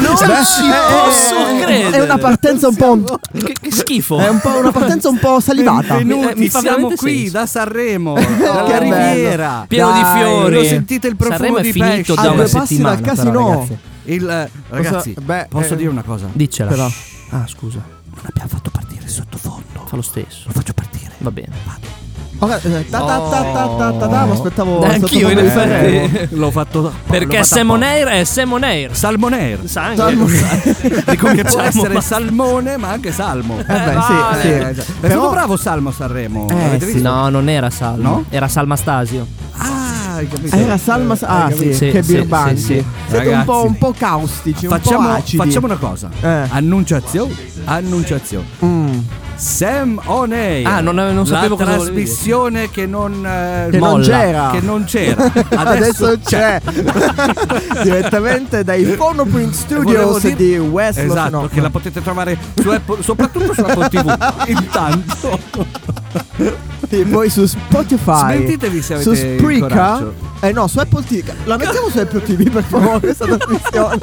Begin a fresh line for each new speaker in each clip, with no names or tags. Non
si
Eh,
posso credere.
È una partenza un po'.
Che, che schifo.
È un po' una partenza un
Eh,
po' salivata.
Benvenuti,
Eh, Mi- mi fa
siamo
veramente
qui
senso. Oh,
da Sanremo,
che
dalla
bello.
Riviera.
Pieno
Dai,
di fiori.
lo sentite il profumo
Sanremo
di
è finito
pesce.
A
da
due
una
passi
settimana.
dal casinò.
però, ragazzi.
Il, eh, ragazzi,
beh,
posso
eh,
dire una cosa?
Diccela.
Però-
Shh,
Ah, scusa.
Non abbiamo fatto partire il sottofondo.
Fa lo stesso.
Lo faccio partire.
Va bene.
Ok, eh, ta- ta- ta- ta- ta- ta-
Oh.
ta, Mi aspettavo.
Eh, anch'io, in
sottofondo Eh. di Sanremo.
effetti.
eh, L'ho fatto
Perché Semonair è Semonair.
Salmonair.
Sangue.
Salmo-
Dico che può
Salmo,
essere
ma-
salmone, ma anche salmo.
Eh beh, sì,
vale.
sì.
Eh, esatto. È stato bravo Salmo a Sanremo.
Eh,
Avete
sì.
visto?
No, non era Salmo.
No?
Era Salmastasio.
Ah, hai capito.
Era Salma. Ah, sì,
Sì,
che
sì,
birbanti.
sì, sì.
Siete un
Ragazzi.
po', un po' caustici, un po'
Facciamo,
acidi.
facciamo una cosa.
Eh.
Annunciazione. Annunciazione.
Mm.
Sam On Air.
Ah, non- non sapevo
La
cosa volevi
trasmissione che non eh,
Che non
molla,
c'era.
Che non c'era.
Adesso, c'è direttamente dai Phonoprint
Volevo dir-
Studios di West Los-
Esatto,
no,
che la potete trovare su Apple- soprattutto su Apple TV. Intanto,
e poi su Spotify.
Smentitevi se
su
avete il
Spreaker.
coraggio.
Eh no, su Apple TV. La mettiamo su Apple TV per favore questa trasmissione.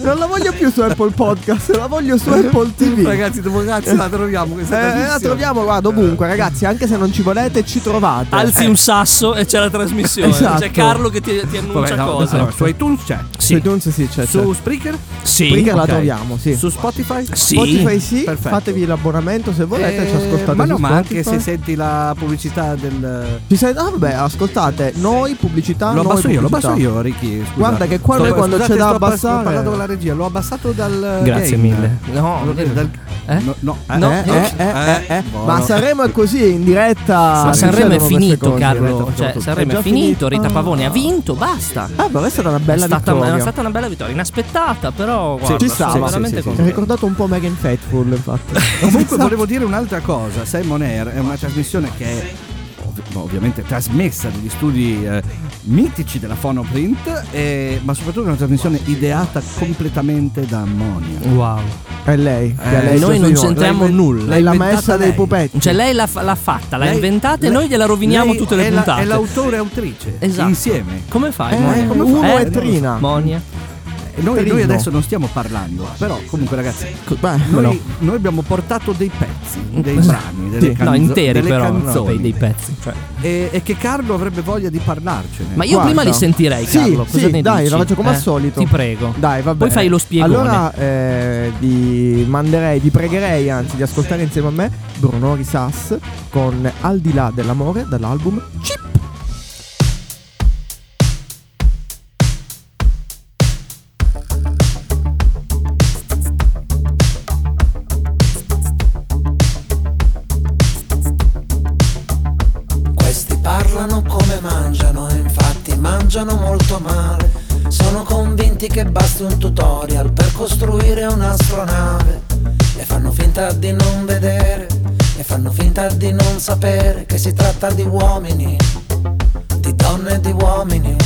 Non la voglio più su Apple Podcast, la voglio su Apple TV.
ragazzi, dove cazzo la troviamo questa
Eh, la
trasmissione?
troviamo guarda ovunque ragazzi, anche se non ci volete ci
Eh.
trovate. Eh.
Alzi un sasso e c'è la trasmissione.
Esatto.
C'è Carlo che ti, ti
Vabbè,
annuncia
no, no,
cose.
allora, su iTunes c'è.
Su
Sì.
iTunes sì, c'è.
Su
c'è.
Spreaker?
Sì.
Spreaker la
ok.
troviamo, sì.
Su Spotify?
Sì.
Spotify sì,
Perfetto.
fatevi l'abbonamento se volete, ci
Eh,
ascoltate
Ma no,
su
ma anche
Spotify.
se senti la pubblicità del.
Ci sei? Ah, vabbè, ascoltate, noi pubblicità,
Lo
noi
abbasso io, lo
Ah, pubblicità.
abbasso io, Ricky. scusa.
Guarda che qua
Sto-
noi quando
scusate,
c'è da
sto abbass-
abbassare-
Ho parlato con la regia, l'ho abbassato dal.
Grazie
gain.
mille. No,
L'ho-
eh,
dal-
eh?
No, no, eh,
No,
Eh,
no.
eh, eh, eh, eh.
Buono.
Ma Sanremo è così, in diretta.
Ma Sanremo
succedono
è
queste
finito,
cose. eh,
Carlo.
È
Cioè,
già
Sanremo è finito. Rita Pavone ha vinto. Basta.
Ah, ma è stata una bella
è, stata,
vittoria.
è stata una bella vittoria, inaspettata, però. Guarda,
ci
sono
stava,
veramente Eh,
sì, sì, sì.
Mi
contento.
ha ricordato un po' Megan Faithful, infatti.
Comunque volevo dire un'altra cosa, Simon Air è una trasmissione che è ov- no, ovviamente trasmessa degli studi eh, mitici della Phonoprint, eh, ma soprattutto è una trasmissione ideata completamente da Monia.
Wow.
È lei. che
Eh,
è lei
noi
su
non
Sui Nodi.
c'entriamo nulla.
Lei è la
L'ha inventata
maestra dei
lei.
pupetti.
Cioè, lei l'ha, fa- l'ha fatta, l'ha
Lei-
inventata e
lei-
noi gliela roviniamo
lei
tutte le
è la-
puntate.
è l'autore e autrice,
Esatto.
insieme.
Come fai,
Eh,
Monia? Come
uno
fai?
è Trina.
Monia.
Eh, Noi,
Trino.
noi adesso non stiamo parlando, però comunque ragazzi,
Beh,
noi,
no.
noi abbiamo portato dei pezzi, dei
Sì.
brani, delle canzo-
no, interi
delle
però, no,
canzoni,
dei, dei pezzi. cioè.
e, e che Carlo avrebbe voglia di parlarcene.
Ma io
Guarda.
prima li sentirei,
Sì,
Carlo.
sì,
Cosa ne
dai,
dici?
la faccio come al
Eh,
solito.
Ti prego.
Dai, va
Poi
bene.
fai lo spiegone.
Allora, eh, vi manderei, vi pregherei anzi di ascoltare insieme a me Bruno Risas con Al di là dell'amore dall'album Chip.
Questi parlano come mangiano e infatti mangiano molto male. Sono convinti che basti un tutorial per costruire un'astronave. E fanno finta di non vedere, e fanno finta di non sapere che si tratta di uomini, di donne e di uomini.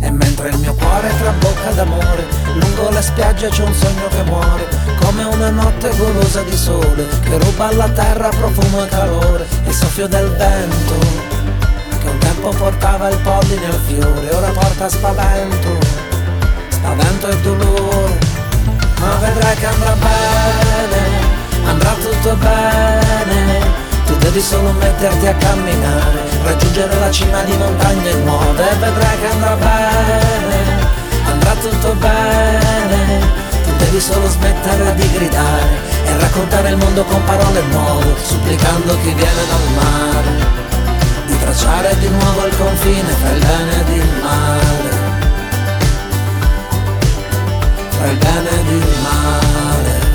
E mentre il mio cuore trabocca d'amore, lungo la spiaggia c'è un sogno che muore, come una notte golosa di sole, che ruba alla terra profumo e calore, e il soffio del vento, che un tempo portava il polline al fiore, ora porta spavento, spavento e dolore, ma vedrai che andrà bene, andrà tutto bene. Tu devi solo metterti a camminare, raggiungere la cima di montagne nuove e vedrai che andrà bene, andrà tutto bene. Tu devi solo smettere di gridare e raccontare il mondo con parole nuove, supplicando chi viene dal mare. di tracciare di nuovo il confine tra il bene ed il male. Tra il bene ed il male.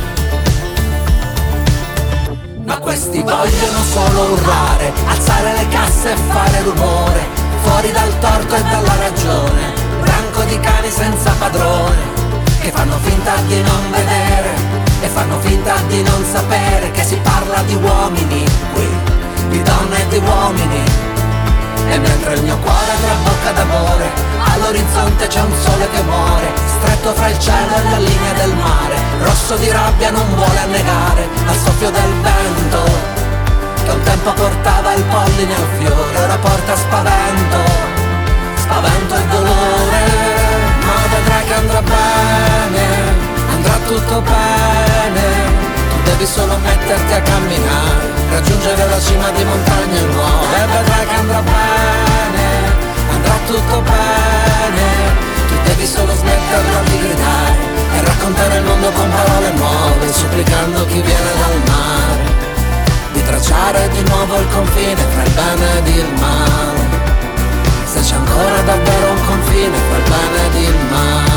Ma questi vogliono solo urlare, alzare le casse e fare rumore, fuori dal torto e dalla ragione, branco di cani senza padrone, che fanno finta di non vedere e fanno finta di non sapere che si parla di uomini qui, di donne e di uomini. E mentre il mio cuore trabocca d'amore, all'orizzonte c'è un sole che muore, stretto fra il cielo e la linea del mare, rosso di rabbia non vuole annegare al soffio del vento, che un tempo portava il polline al fiore, ora porta spavento, spavento e dolore, ma vedrai che andrà bene, andrà tutto bene. Tu Devi solo metterti a camminare, raggiungere la cima di montagne nuove e vedrai che andrà bene, andrà tutto bene. Tu devi solo smetterla di gridare e raccontare il mondo con parole nuove, supplicando chi viene dal mare di tracciare di nuovo il confine tra il bene ed il male. Se c'è ancora davvero un confine tra il bene ed il male.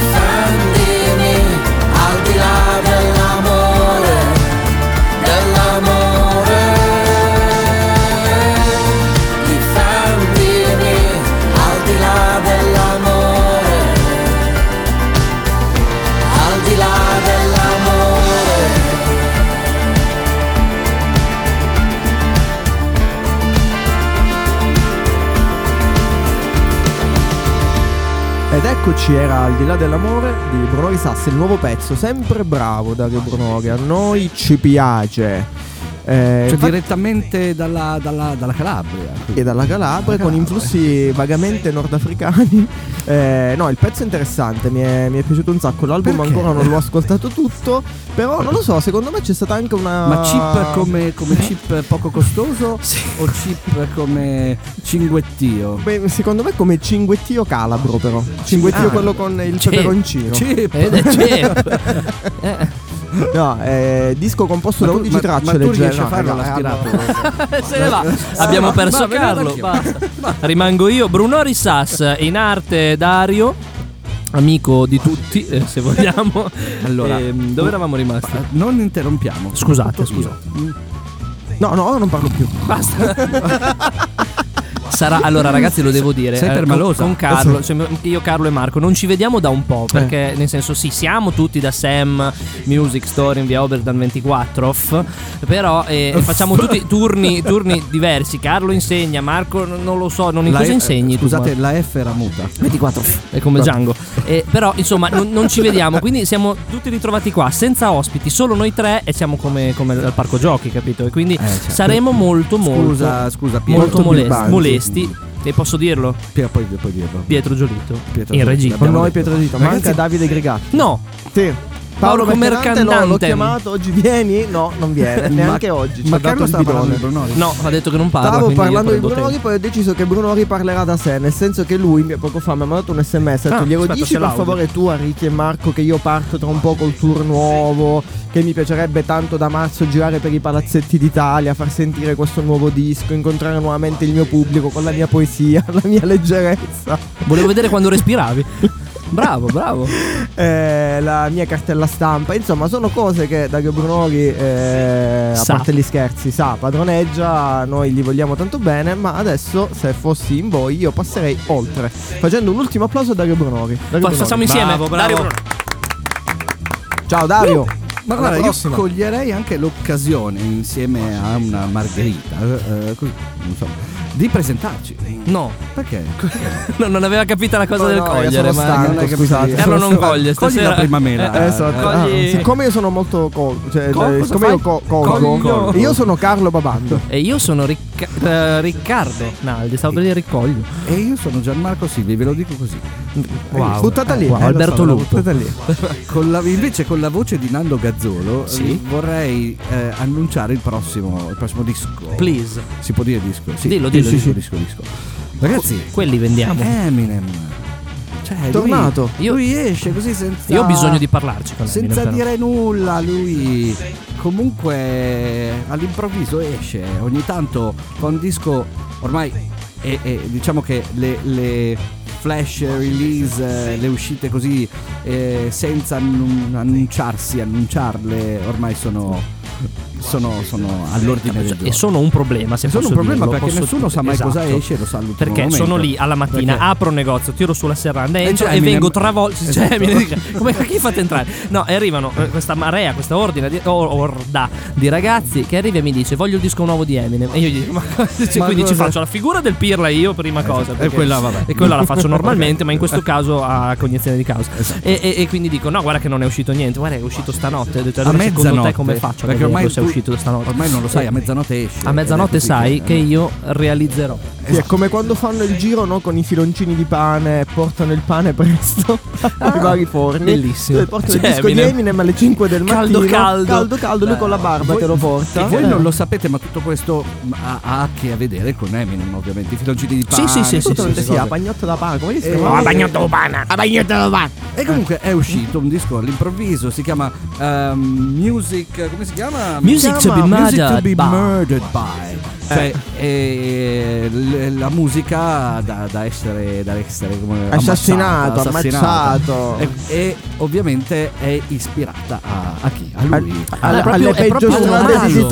Difendimi al di là dell'amore, dell'amore. Difendimi al di là dell'amore, al di là dell'amore.
Ed eccoci, era Al di là dell'amore di Bruno Risassi, il nuovo pezzo, sempre bravo Dario Bruno, che a noi ci piace. Eh,
Cioè,
infatti-
direttamente dalla, dalla- dalla Calabria.
e dalla Calabria con influssi vagamente nordafricani. Eh, no, il pezzo è interessante, mi è, mi è piaciuto un sacco. L'album
Perché?
ancora non l'ho ascoltato tutto, però non lo so, secondo me c'è stata anche una...
Ma chip come, come chip poco costoso o chip come cinguettio?
Beh, secondo me come cinguettio calabro però. Cinguettio
Ah.
quello con il
Sì.
peperoncino.
Chip!
Ed è certo.
No, eh, disco composto
Ma
da
tu-
11
ma-
tracce
ma tu
leggere.
riesci a
no,
farlo
raga,
l'aspirato?
eh, no.
Se ne va. Abbiamo
va,
perso
va, ve ne vado
Carlo.
anch'io.
Basta. Rimango io, Bruno Rissas, in arte Dario, amico di tutti, eh, se vogliamo.
Allora,
Ehm, dove eravamo rimasti?
Ma Non interrompiamo.
Scusate,
Tutto io.
scusate.
No, no, ora non parlo più.
Basta. Sarà, allora ragazzi lo devo dire
Sei
eh, con,
permalosa. Eh.
con Carlo cioè, Io Carlo e Marco non ci vediamo da un po' Perché nel senso sì siamo tutti da Sam Music Store in via Oberdan 24 off, Però eh, facciamo tutti turni, turni diversi Carlo insegna Marco n- non lo so non in
La
cosa
F-
insegni tu,
eh, Scusate,
Marco?
la F era muta.
24 è come Django Eh, Però insomma non, non ci vediamo Quindi siamo tutti ritrovati qua senza ospiti Solo noi tre e siamo come, come al parco giochi capito E quindi
certo.
saremo molto molto
Scusa, scusa, Piero.
molto
molesti
molesti, molesti. E posso dirlo?
Piero, poi, poi dirlo.
Pietro Giolito
Pietro
in
Giolito,
regia.
Con
Abbiamo
noi
detto.
Pietro Zito,
Ragazzi-
manca Davide Gregati.
No,
Sì.
Paolo
Mercandante,
Mercandante.
no, l'ho chiamato oggi vieni? No, non viene, neanche
Ma-
oggi. Cioè, ci
Ma
ha dato
Carlo
il
stava parlando
bidone.
di Brunori.
no, ha detto che non parla.
Stavo
quindi io
parlando di
prendo
Brunori,
tempo.
poi ho deciso che Brunori parlerà da sé, nel senso che lui mi- poco fa mi ha mandato un sms, ha detto
Ah,
glielo
aspetta,
dici
c'è
per
l'audio."
favore tu a Ricky e Marco che io parto tra un po' col tour nuovo, che mi piacerebbe tanto da marzo girare per i palazzetti d'Italia, far sentire questo nuovo disco, incontrare nuovamente il mio pubblico con la mia poesia, la mia leggerezza.
Volevo vedere quando respiravi. Bravo, bravo.
eh, la mia cartella stampa. Insomma, sono cose che Dario Brunori, eh, a
Sa.
parte gli scherzi, sa, padroneggia. Noi gli vogliamo tanto bene. Ma adesso, se fossi in voi, io passerei oltre. Facendo un ultimo applauso a Dario Brunori. Dario
Fa-
Brunori.
Facciamo insieme.
Bravo, bravo.
Dario Brunori.
Ciao, Dario.
Ma
Alla
guarda, io
prossima.
coglierei anche l'occasione, insieme a una margherita, eh, così, non so, di presentarci.
No,
Perché?
no, non aveva capito la cosa
No,
del
no, io
cogliere.
sono
ma-
stanco,
non è che mi-
scusate.
Carlo
Sono
Eh, non
stanco.
coglie
Cogli
stasera.
la prima mela.
Eh,
Eh, so- ah,
Cogli-
siccome io sono molto co- cioè,
Co-
eh,
cosa
siccome
fai?
io co- colgo,
Coglio.
io sono Carlo Babando.
E io sono Riccardo Ricca- eh, Riccardo Naldi, stavo per dire Riccoglio.
E io sono Gianmarco Silvi, ve lo dico così.
Wow.
Buttata lì,
Wow,
eh, lo
Alberto
so, l'ho
Lupo.
buttata lì. Con la- invece con la voce di Nando Gazzolo
Sì.
eh, vorrei eh, annunciare il prossimo, il prossimo disco.
Please.
Si può dire disco? Sì.
Dillo, dillo,
Sì, sì,
dillo.
sì, disco, disco. Ragazzi, Eh,
Quelli vendiamo.
Eminem. Cioè, lui-
Tornato.
Lui,
Io-
esce così senza.
Io ho bisogno di parlarci con Eminem,
Senza
però.
dire nulla, lui comunque all'improvviso esce ogni tanto con disco ormai e, e diciamo che le, le flash release, eh, le uscite così eh, senza annun- annunciarsi, annunciarle ormai sono, sono, sono all'ordine del
E
giorno.
sono un problema, se
E sono
posso
un problema
dirlo,
perché
posso
nessuno sa mai
esatto.
cosa esce, lo sa all'ultimo
Perché
momento.
sono lì alla mattina,
Perché-
apro un negozio, tiro sulla serranda,
E
entro
c'è
e,
Eminem.
vengo travolto. Cioè,
Esatto.
Eminem, dice, come chi fate entrare? No, e arrivano eh, questa marea, questa ordine di, or- orda di ragazzi che arriva e mi dice voglio il disco nuovo di Eminem. E io gli dico, ma cosa? Cioè,
Ma
quindi ci
cosa?
faccio la figura del pirla io prima cosa. perché-
Eh, quella, vabbè. Eh.
E quella la faccio normalmente, ma in questo caso a cognizione di causa.
Esatto.
E, e- e quindi dico, no, guarda che non è uscito niente, guarda che è uscito stanotte. Ho detto,
a
allora secondo te
mezzanotte
come faccio?
Perché ormai
se è
tu-
uscito stanotte.
Ormai non lo sai,
Eh,
a mezzanotte esce.
a mezzanotte sai che io realizzerò.
Eh,
Sì, è come quando fanno il giro no, con i filoncini di pane, portano il pane presto
Ah,
ai vari forni.
bellissimo.
Poi portano
Cioè,
il disco di
Eminem.
Eminem alle 5 del
Caldo,
mattino.
caldo.
caldo, caldo, lui con la barba
Eh, Voi-
te lo porta.
E voi
Eh.
non lo sapete, ma tutto questo ha, ha a che a vedere con Eminem, ovviamente. I filoncini di
Sì,
pane.
sì, sì, sì,
tutte
Tutto non
queste
si
cose.
ha bagnotto da pane, come gli si
Eh,
chiama?
no, bagnotto
umana, a bagnotto umana.
E comunque è uscito un disco all'improvviso, si chiama ehm, Music. Come si chiama?
Music
Si chiama
to be
Music to
murdered
be
by.
murdered by. Cioè, eh, l- la musica da, da essere, da essere come
Assassinato,
ammazzata,
ammazzato.
E, e ovviamente è ispirata a, a chi? A lui.
Alla-
È proprio-
alle
è
peggio
proprio un
strade di
omaggio.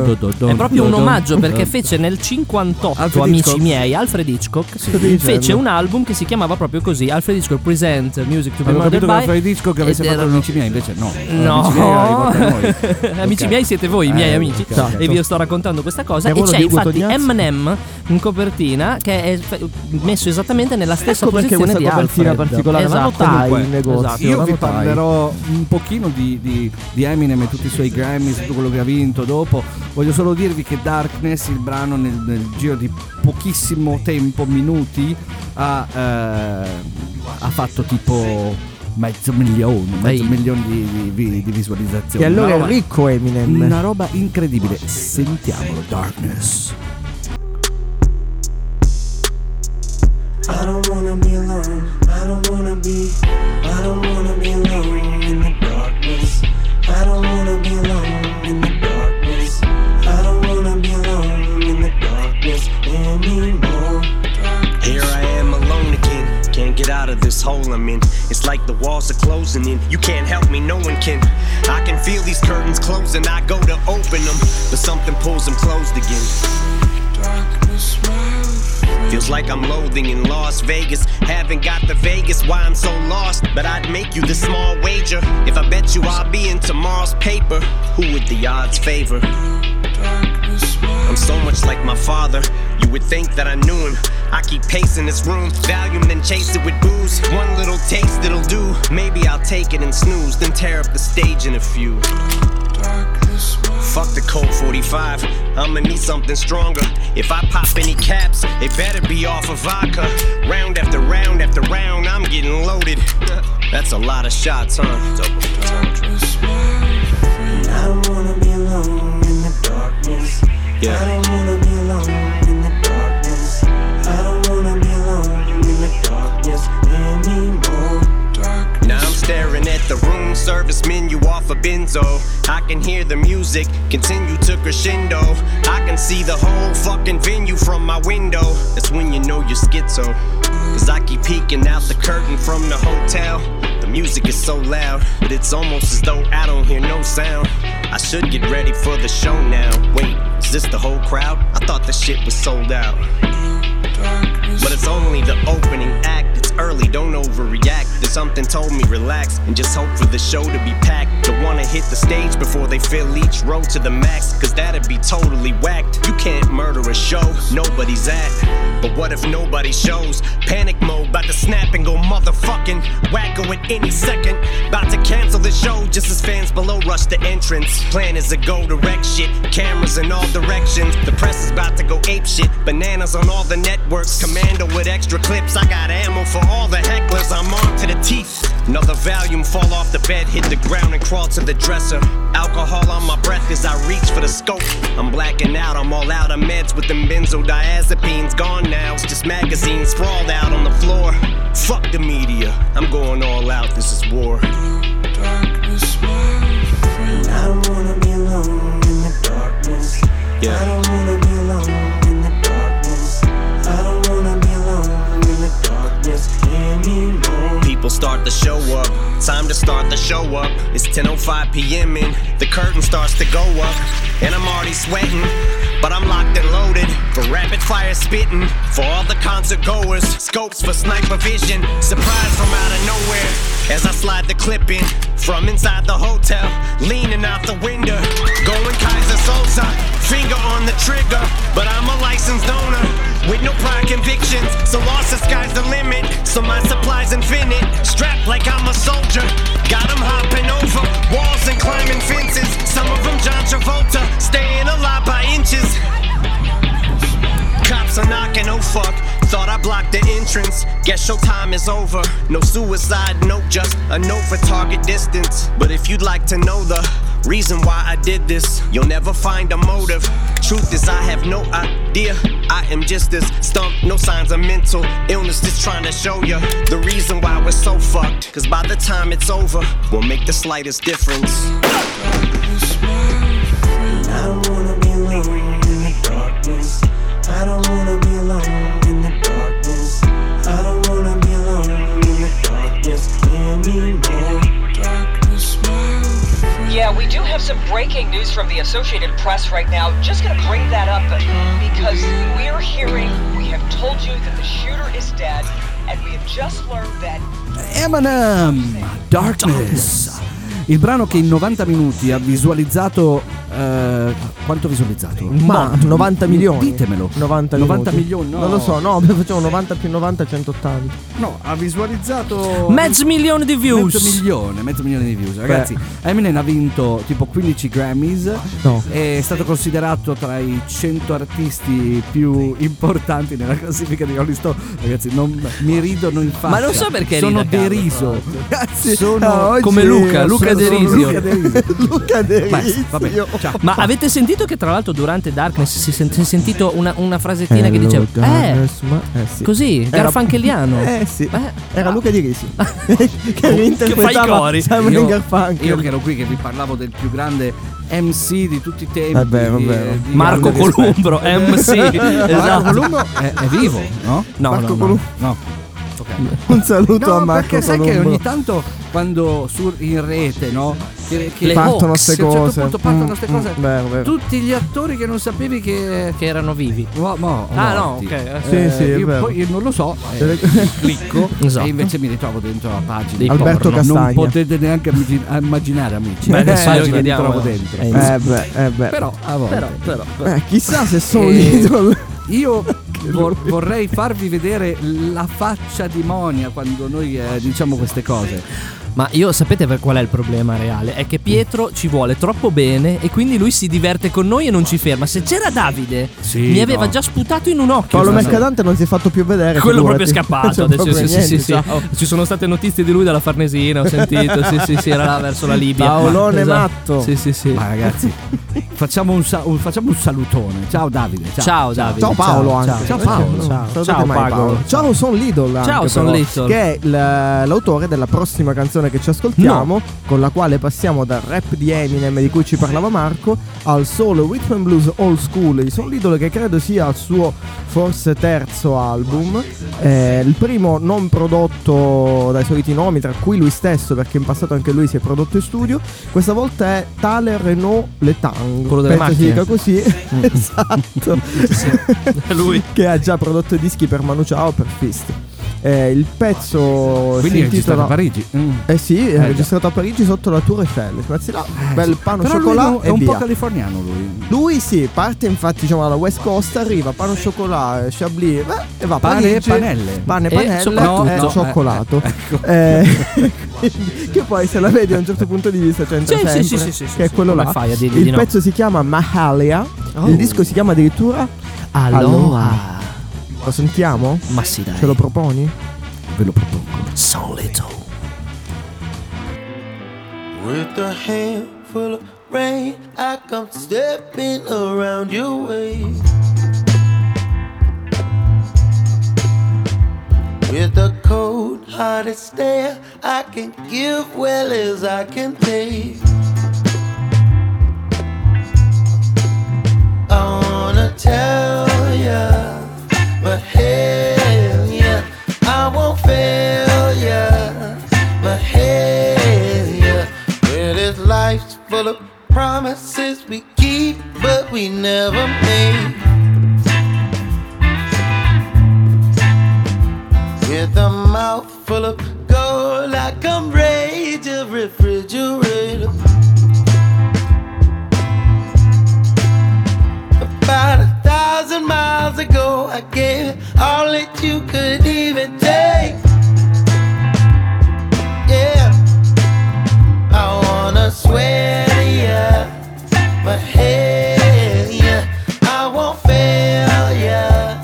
Detroit.
È proprio un omaggio perché fece nel 58,
Alfred
amici
Hitchcock.
miei, Alfred Hitchcock
stai dicendo?
fece un album che si chiamava proprio così, Alfred Hitchcock Present Music to be
Avevo
Murdered
capito che
by.
fai il disco che avesse
ed
fatto
erano-
amici miei, invece no.
Eh,
No,
Amici miei era rivolto a noi.
amici
Ok.
miei siete voi, i miei
Eh,
amici.
ok, ok.
E vi sto raccontando questa cosa. E
Diavolo
c'è
di Ugo
infatti
Tognazzi.
Eminem in copertina che è fe- messo esattamente nella stessa
Ecco perché
posizione
questa
di
copertina
Alfred.
particolare la
Esatto.
notai
Comunque,
in negozio.
Io
la
vi
notai.
parlerò un pochino di, di- di Eminem e tutti i suoi Grammy, tutto quello che ha vinto dopo. Voglio solo dirvi che Darkness, il brano nel, nel giro di pochissimo tempo, minuti, ha, eh, ha fatto tipo mezzo milione, mezzo
Ehi.
milione di, di- di visualizzazioni.
E allora
Una
è
roba-
ricco Eminem.
Una roba incredibile. Sentiamolo, Darkness.
I don't wanna be alone. I don't wanna be. I don't wanna be alone in the darkness. I don't wanna be alone in the darkness. I don't wanna be alone in the darkness anymore.
Here I am alone again. Can't get out of this hole I'm in. It's like the walls are closing in. You can't help me, no one can. I can feel these curtains closing. I go to open them, but something pulls them closed again. Feels like I'm loathing in Las Vegas. Haven't got the Vegas, why I'm so lost. But I'd make you this small wager. If I bet you I'll be in tomorrow's paper, who would the odds favor? I'm so much like my father. You would think that I knew him. I keep pacing this room, value him, then chase it with booze. One little taste it'll do. Maybe I'll take it and snooze, then tear up the stage in a few. Fuck the Colt 45. I'ma need something stronger. If I pop any caps, it better be off of vodka. Round after round after round, I'm getting loaded. That's a lot of shots, huh?
I don't wanna be alone in the darkness.
Yeah.
I don't wanna be alone in the darkness. I don't wanna be alone in the darkness anymore.
Now I'm staring at the room service menu off a of benzo. I can hear the music continue to crescendo. I can see the whole fucking venue from my window. That's when you know you're schizo. Cause I keep peeking out the curtain from the hotel. The music is so loud, but it's almost as though I don't hear no sound. I should get ready for the show now. Wait, is this the whole crowd? I thought the shit was sold out. But it's only the opening act. It's early, don't overreact. This something told me relax and just hope for the show to be packed. Don't wanna hit the stage before they fill each row to the max, cause that'd be totally whacked. You can't murder a show, nobody's at. But what if nobody shows? Panic mode, about to snap and go motherfucking wacko at any second. About to cancel the show just as fans below rush the entrance. Plan is to go direct shit, cameras in all directions. The press is about to go ape shit, bananas on all the networks. Commando with extra clips, I got ammo for all the hecklers. I'm armed to the teeth. Another volume fall off the bed, hit the ground and crawl to the dresser. Alcohol on my breath as I reach for the scope. I'm blacking out, I'm all out of meds with them benzodiazepines. Gone now, it's just magazines sprawled out on the floor. Fuck the media, I'm going all out, this is war.
I don't wanna be alone in the darkness. I
Yeah.
don't wanna be alone in the darkness. I don't wanna be alone in the darkness anymore.
People start to show up. Time to start the show up. It's 10:05 p.m. and the curtain starts to go up, and I'm already sweating. But I'm locked and loaded for rapid fire spitting for all the concert goers. Scopes for sniper vision. Surprise from out of nowhere as I slide the clip in from inside the hotel, leaning out the window, going Kaiser Sosa, finger on the trigger. But I'm a licensed owner. With no prior convictions, so lost the sky's the limit. So my supply's infinite, strapped like I'm a soldier. Got 'em hopping over walls and climbing fences. Some of 'em John Travolta, staying alive by inches. Cops are knocking, oh fuck. Thought I blocked the entrance. Guess your time is over. No suicide note, just a note for target distance. But if you'd like to know the reason why I did this, you'll never find a motive. Truth is, I have no idea. I am just this stump, no signs of mental illness. Just trying to show you the reason why we're so fucked. Cause by the time it's over, we'll make the slightest difference.
I don't wanna be alone in the darkness. I don't wanna be alone in the darkness. I don't wanna be alone in the darkness anymore.
Yeah, we do have some breaking news from the Associated Press right now. Just going to bring that up uh, because we're hearing, we have told you that the shooter is dead, and we have just learned that
Eminem Darkness il brano che in 90 minuti ha visualizzato eh, quanto ha visualizzato?
Ma
Botto.
90 milioni.
Boh, mm, ditemelo
90,
90
minuti.
milioni no.
Non lo so, no, facciamo 90 più 90, 180.
no ha visualizzato
Mezzo milione di
Mezzo
views.
milione, mezzo milione di views, ragazzi. Eminem ha vinto tipo 15 Grammys.
No.
È stato considerato tra i 100 artisti più importanti nella classifica di Rolling Stone. Ragazzi, non, mi ridono in faccia.
Ma non so perché
Sono
ride, Carlo,
deriso. Ragazzi,
Ah, oggi
come Luca, Luca
sono
Derisio.
Luca Derisio.
Luca
Basta, va bene.
Derisio.
Ciao.
Ma avete sentito che tra l'altro durante Darkness si, sent- si è sentito una, una frasettina che
Hello,
diceva Eh,
darkness, ma- eh sì.
così,
Era-
Garfankeliano
Eh sì,
Eh. Ah.
era Luca di Risi che reinterpretava
cori.
Simon
Io-
Garfunkel.
Io che ero qui che vi parlavo del più grande MC di tutti i tempi.
È vero, è
di-
vero.
di
Eh Marco
grande rispetto.
Columbro, MC.
Marco
esatto.
Columbo è, è vivo, no?
No,
Marco
no, no.
Columbo.
No.
Un saluto a
No,
Marco
perché sai che
Colombo.
ogni tanto quando su- in rete, no? Che, che
Le
partono
hoax,
queste
a un certo
cose.
punto partono
Mm,
ste
mm,
cose.
vero, vero.
Tutti gli attori che non sapevi che.
Che erano vivi.
Mo- mo-
Ah, no,
morti.
ok, eh,
sì. Sì, sì, è
io
vero.
poi io non lo so, eh, clicco
Esatto.
e invece mi ritrovo dentro la pagina.
Dei
di
Alberto
porno. Non
Castagna.
potete neanche ammigi- immaginare, amici.
Beh,
Eh,
adesso
la
glielo
pagina mi
chiediamo.
trovo dentro.
Eh,
Eh beh, eh beh.
Però a volte.
Però, però.
Eh, chissà se sono
Eh,
lì.
Io vor- vorrei farvi vedere la faccia di Monia quando noi eh, diciamo queste cose.
Ma io sapete per qual è il problema reale? È che Pietro ci vuole troppo bene e quindi lui si diverte con noi e non ci ferma. Se c'era Davide,
Sì,
mi aveva
no.
già sputato in un occhio.
Paolo
stasera.
Mercadante non si è fatto più vedere.
Quello
figurati.
proprio è scappato.
Non c'è
Adesso, sì,
proprio
sì, sì,
niente,
sì.
ciao.
Ci sono state notizie di lui dalla Farnesina, ho sentito. sì, sì, sì, era là verso la Libia.
Paolone
Esatto.
matto.
Sì, sì, sì.
Ma ragazzi, facciamo un, sa- un- facciamo un salutone. Ciao Davide. Ciao,
Ciao, Davide.
Ciao Paolo
ciao,
anche.
ciao,
Perché
Paolo.
no?
Ciao.
Salutate
Ciao,
mai
Paolo.
Paolo. Ciao, son Lidl. anche,
Ciao, son
però,
Lidl.
Che è l- l'autore della prossima canzone che ci ascoltiamo, con la quale passiamo dal rap di Eminem di cui ci parlava Marco, al solo Rhythm and Blues Old School di Son Lidl che credo sia il suo forse terzo album. Eh, il primo non prodotto dai soliti nomi, tra cui lui stesso, perché in passato anche lui si è prodotto in studio. Questa volta è Tale Renault Letang.
Quello delle
Penso si
macchine. Mm.
dica così. esatto
Lui.
che ha già prodotto dischi per Manu Chao per Fist. Eh, il pezzo
Quindi è
si
registrato
intitola-
a Parigi. Mm.
Eh sì, è
già. Eh,
registrato a Parigi sotto la Tour Eiffel. Grazie là, bel pano
Però lui
cioccolato
non- è
e
un po'
via.
californiano lui.
Lui sì, parte infatti diciamo dalla West Coast, arriva pano cioccolato, chablis beh, e va a
Ah, Pane e
Parigi.
panelle.
Pane e
E
panelle
soprattutto-
e
no, eh, ecco.
cioccolato. Eh, quindi- che poi se la vedi a un certo punto di vista c'entra
eh, Sì, sì,
sempre,
sì, sì, sì,
che
sì,
è
sì,
quello
come
là.
fai a dirgli di
Il
no?
pezzo si chiama Mahalia,
Oh.
il disco si chiama addirittura
Allora,
Lo sentiamo?
ma sì dai,
Ce lo proponi?
Ve lo propongo.
solito.
With a handful of rain, I come stepping around your way. With a cold hearted stare, I can give well as I can take. I wanna tell ya, but hell yeah, I won't fail ya, but hell yeah. Well, this life's full of promises we keep, but we never make. With a mouth full of gold, I come rage a refrigerator. About a thousand miles ago, I gave it all that you could even take. Yeah, I wanna swear to ya, but hell yeah, I won't fail ya,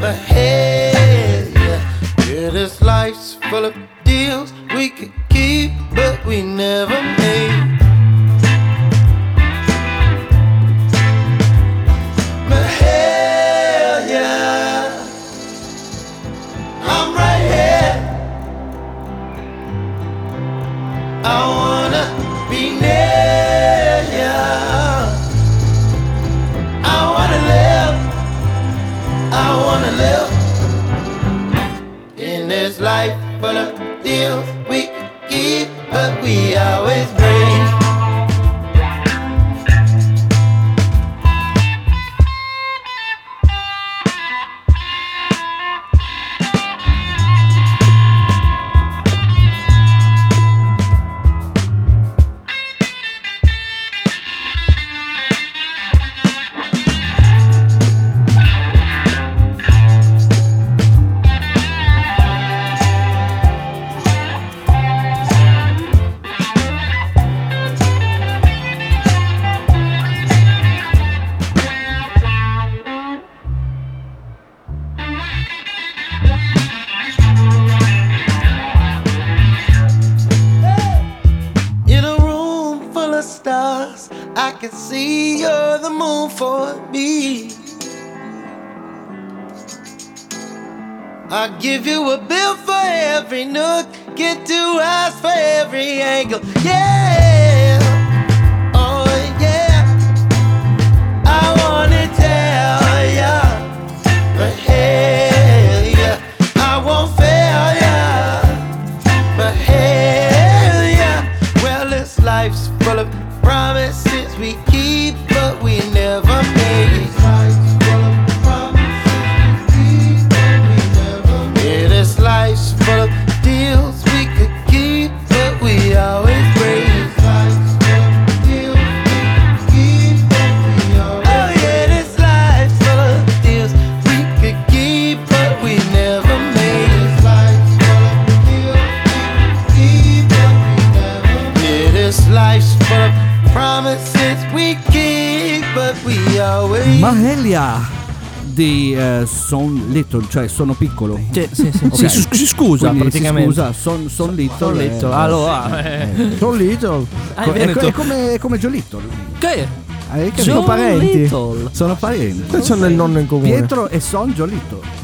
but hell yeah. Yeah, this life's full of deals we could keep, but we never made. But hell yeah, I'm right here. I wanna be near ya. I wanna live. I wanna live in this life full of deals we could keep, but we always break. In a room full of stars, I can see you're the moon for me. I give you a bill for every nook, get two eyes for every angle. Yeah, oh yeah. I wanna tell ya, but hell yeah, I won't fail ya. But hell yeah, well this life's full of promises we keep, but we never make. Yeah, this life's full of deals we could keep, but we always break. Oh yeah, this life's full of deals we could keep, but we never make. Yeah, this life's full of promises we keep, but we always.
Mahalia Ah, di eh, Son Little, cioè sono piccolo.
Sì, sì, sì.
Ok.
Sì, si- si scusa
Quindi si
praticamente.
Scusa, son, son Little.
Son
eh,
Little,
eh,
ah,
allora,
eh,
eh.
eh.
Sono Little.
Ah, è
Co- ecco. è,
Veneto.
co- è come, è come John Little.
Che?
Hai capito?
John
parenti.
Little.
Sono parenti.
Poi c'hanno il nonno in comune.
Pietro e Son John Little.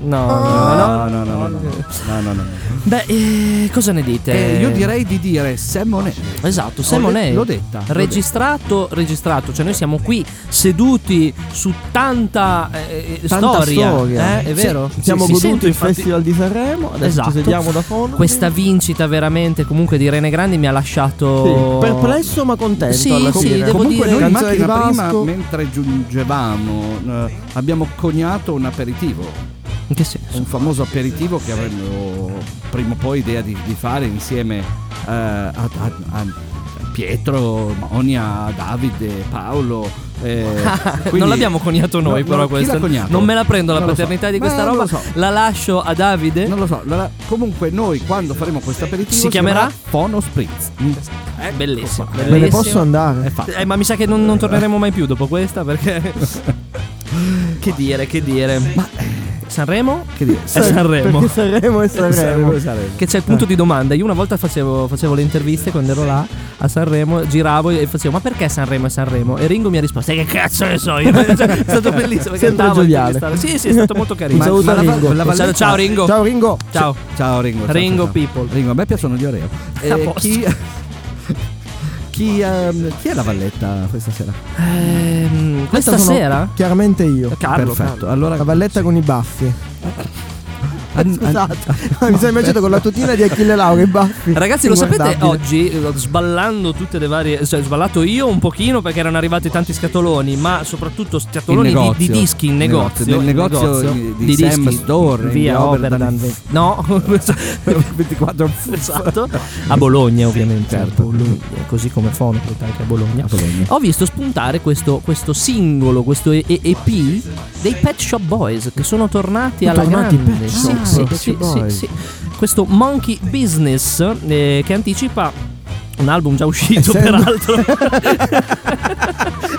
No,
No, no, no, no, no, no, no, no.
Beh, eh, cosa ne dite?
Eh, io direi di dire Sam Monet.
Esatto, Simone.
de- l'ho detta, l'ho
Registrato, registrato. Cioè, noi siamo qui seduti su tanta, eh, eh,
Tanta
storia.
storia.
eh,
Sì,
è vero?
Ci
Sì,
siamo
sì,
goduti
sento,
il
infatti-
Festival di Sanremo, adesso
Esatto.
ci sediamo da fondo.
Questa vincita veramente comunque di Rene Grandi mi ha lasciato
Sì, perplesso ma contento
Sì,
alla
sì,
fine.
devo
Comunque
dire-
noi
Noi
Gioia di
mattina prima,
Vasco
mentre giungevamo, eh, abbiamo coniato un aperitivo.
In che senso?
un famoso aperitivo che avremmo prima o poi idea di, di fare insieme eh, a, a- a Pietro, Monia, Davide, Paolo. eh, quindi-
non l'abbiamo coniato noi,
No,
però
no, chi
questo.
l'ha coniato?
Non me la prendo la
Non lo so.
paternità di
Ma
questa
non
roba.
lo so.
La lascio a Davide.
Non lo so, allora, comunque noi quando faremo questo aperitivo
Si chiamerà?
Fono Spritz.
Eh, bellissimo.
Me ne
bellissimo.
posso andare?
Eh, ma mi sa che non, non torneremo mai più dopo questa perché. che dire, che dire. Ma eh, Sanremo?
Che dire?
È Sanremo.
Perché saremo e saremo.
Che c'è il punto di domanda. Io una volta facevo, facevo le interviste quando ero là a Sanremo, giravo e facevo: Ma perché Sanremo è Sanremo? E Ringo mi ha risposto: "Eh, Che cazzo ne so io? Cioè, è stato bellissimo. perché
Sempre
andavo a
gioviale.
intervistare. Sì, sì, è stato molto carino.
Un saluto
Ma-
a
ma la-
Ringo.
la-
Un
ciao,
saluto-
ciao, Ringo.
Ciao Ringo.
Ciao.
Ciao Ringo. ciao,
Ringo
ciao, ciao.
people.
Ringo, a me piacciono gli oreo.
A
Eh,
posto.
chi, chi, ehm, chi è la valletta questa sera?
Ehm, questa
Mm, Sono
sera? Eh,
Chiaramente io.
Carlo.
Perfetto. Allora,
La valletta con i baffi.
an- an-
Esatto. Mi sono immaginato con la tutina di Achille Lauro i baffi.
Ragazzi, lo sapete
Inguardabile.
oggi, eh, sballando tutte le varie. cioè, sballato io un pochino perché erano arrivati tanti scatoloni, ma soprattutto scatoloni di-
In
di,
negozio.
dischi in
In
negozio.
negozio.
in
Nel negozio di- di Sam Store, in
via
via Oberdan.
Oberdan. No,
24
esatto. A Bologna, ovviamente. A
Certo.
Bologna, così come Fono, anche a Bologna.
Bologna.
Ho visto spuntare questo, questo singolo, questo E- E- EP dei Pet Shop Boys che sono tornati alla
tornati i Pet
grande. sì, sì,
Shop Boys.
sì,
Pet Shop
sì,
Boys.
sì. Questo Monkey Business eh, che anticipa un album già uscito,
Essendo-
peraltro.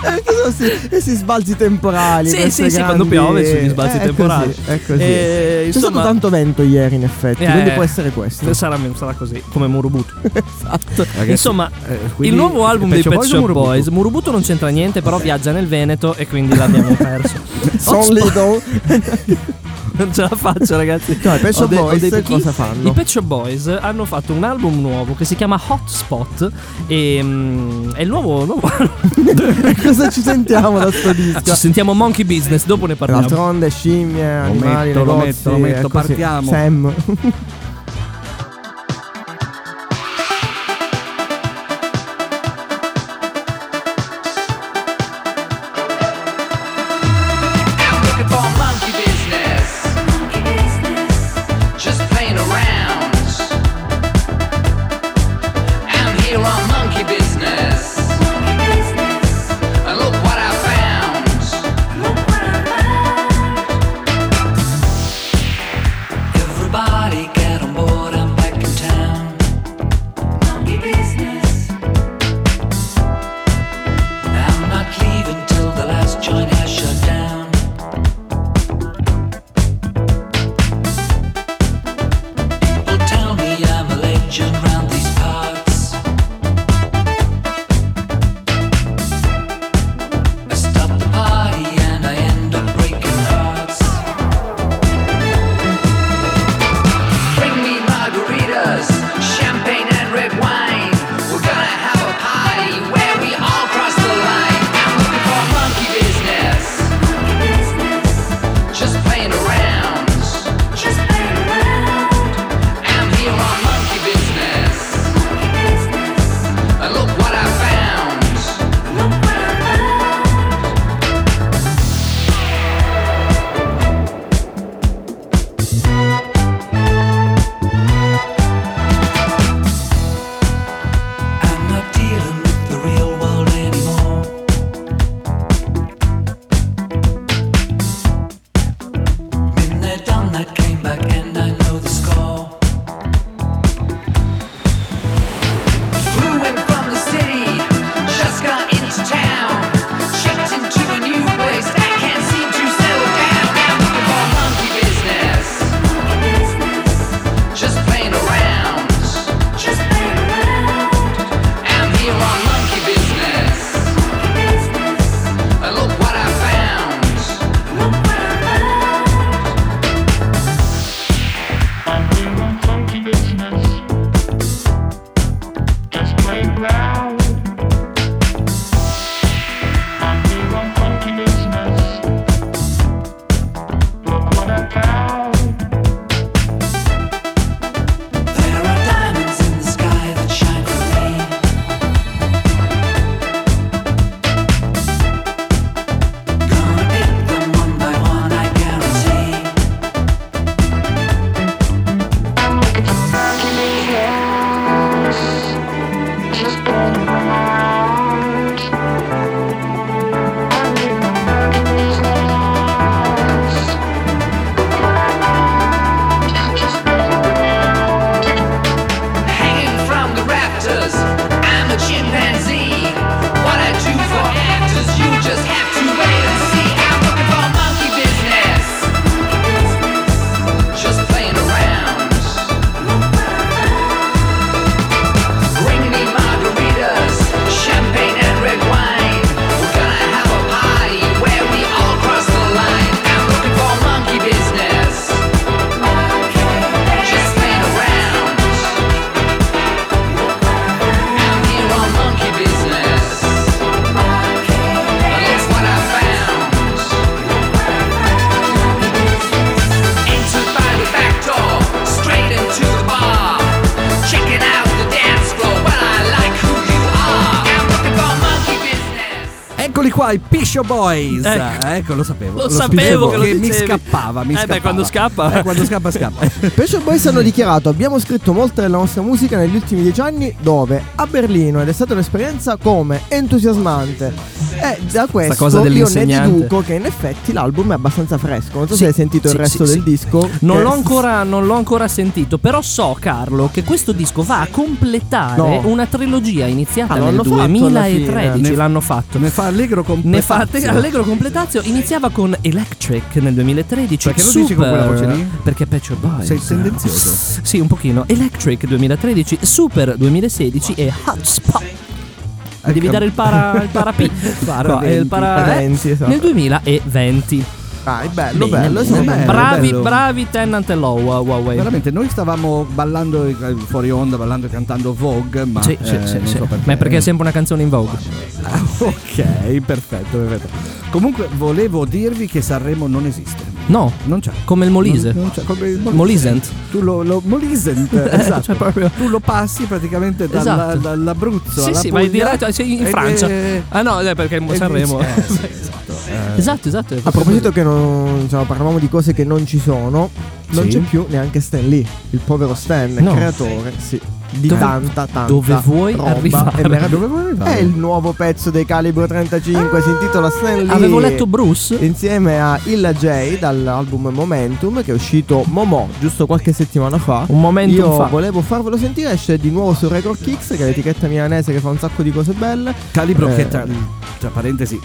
Perché sono sti- questi sbalzi temporali.
Sì, sì,
queste
sì, quando
grandi-
piove ci sono gli sbalzi
Eh, è
temporali.
così, è così.
Eh,
C'è stato
insomma-
tanto vento ieri, in effetti.
Eh,
quindi può essere questo.
Sarà, sarà così, come Murubutu. esatto.
Ragazzi,
Insomma,
eh,
il
quindi
nuovo album dei
Pet Shop
Pet Shop
Boys o Murubutu?
Boys. Murubutu non c'entra niente, però viaggia nel Veneto e quindi l'abbiamo perso. Ho
Son Lido.
Non ce la faccio, ragazzi.
No, i Pet Shop
Ho de- ho
Boys
dei picchi.
cosa fanno?
I Pet Shop Boys hanno fatto un album nuovo che si chiama Hotspot. E mm, è il nuovo. nuovo...
Cosa ci sentiamo da sto
Ci
disco?
sentiamo Monkey Business, dopo ne parliamo.
D'altronde, scimmie, animali,
metto, lo
negozi,
metto, lo metto,
è così.
partiamo.
Sam.
Looking for monkey business. Just playing around. I'm here on monkey business. And look what I found. Everybody get on board, I'm back in town. Monkey business. I'm not leaving till the last joint has shut down. People tell me I'm a legend round these parts. I stop the party and I end up breaking hearts. Bring me margaritas, champagne and red wine. We're gonna have a party where we all cross the line. I'm looking for monkey business. Just playing around. Just playing around. I'm here on monkey business. And look what I found. Look what I found. I'm not dealing with the real world anymore. Been there, done that, came back, and I know the score. Flew in from the city, just got into town. Checked into a new place, I can't seem to settle down. I'm looking for monkey business.
qua i Piscio Boys.
Ecco.
Ecco, lo sapevo.
Lo sapevo che lo
perché mi
dicevi.
scappava.
Eh
Mi
beh,
scappava.
quando scappa.
Eh, quando scappa, scappa.
Peugeot Boys hanno dichiarato abbiamo scritto molta della nostra musica negli ultimi dieci anni dove? A Berlino ed è stata un'esperienza come? Entusiasmante e da
cosa
questo io ne
dell'insegnante.
deduco che in effetti l'album è abbastanza fresco non so
Sì,
se hai sentito
sì,
il resto
sì,
del
sì.
disco
Non
che-
l'ho, ancora, non l'ho ancora sentito, però so, Carlo, che questo disco va a completare
No.
una trilogia iniziata
Ah,
nel
l'hanno fatto alla
2013.
fine.
l'hanno fatto.
eh. Ne fa allegro con
Ne fa te- Allegro Completazio iniziava con Electric nel 2013
Perché lo
Super,
dici con quella voce lì?
Perché Patch Boys
Sei tendenzioso.
Sì, un pochino Electric 2013 Super 2016 e Hotspot Devi dare il para, il para P
Para
No, eh, il para-
venti, venti, esatto.
Nel 2020
Ah, è bello
Bene,
bello,
bene,
sono
bene.
bello.
Bravi,
bello.
bravi Tennant e Lowa Huawei
Veramente, noi stavamo ballando eh, fuori onda, ballando e cantando Vogue, ma
Sì, sì,
eh,
sì,
non
sì.
so perché.
Ma è perché è sempre una canzone in vogue
Ah, ok, perfetto, perfetto. Comunque, volevo dirvi che Sanremo non esiste.
No,
Non c'è.
come il Molise
Non- non c'è, come il Molise.
Molisent.
Tu lo, lo Molisent, esatto.
cioè proprio-
Tu lo passi praticamente dalla-
Esatto.
dall'Abruzzo
Sì,
alla
sì, vai
Puglia
diretto sei in
ed è-
Francia
e
Ah no, eh, perché
dici-
Sanremo
eh, sì, esatto. eh.
Esatto, esatto
a proposito che non diciamo, parlavamo di cose che non ci sono non
Sì.
c'è più neanche Stan Lee il povero Stan
No.
creatore sì, di
Dove-
tanta tanta
dove vuoi
roba
arrivare?
e meraviglia.
Dove vuoi arrivare?
È il nuovo pezzo dei Calibro 35, si intitola Stan Lee.
Avevo letto Bruce
Insieme a Illa J dall'album Momentum che è uscito Momo giusto qualche settimana fa.
Un momento
Io
fa.
volevo farvelo sentire, esce di nuovo su Record Kicks che è l'etichetta milanese che fa un sacco di cose belle.
Calibro
Eh.
che tra, tra parentesi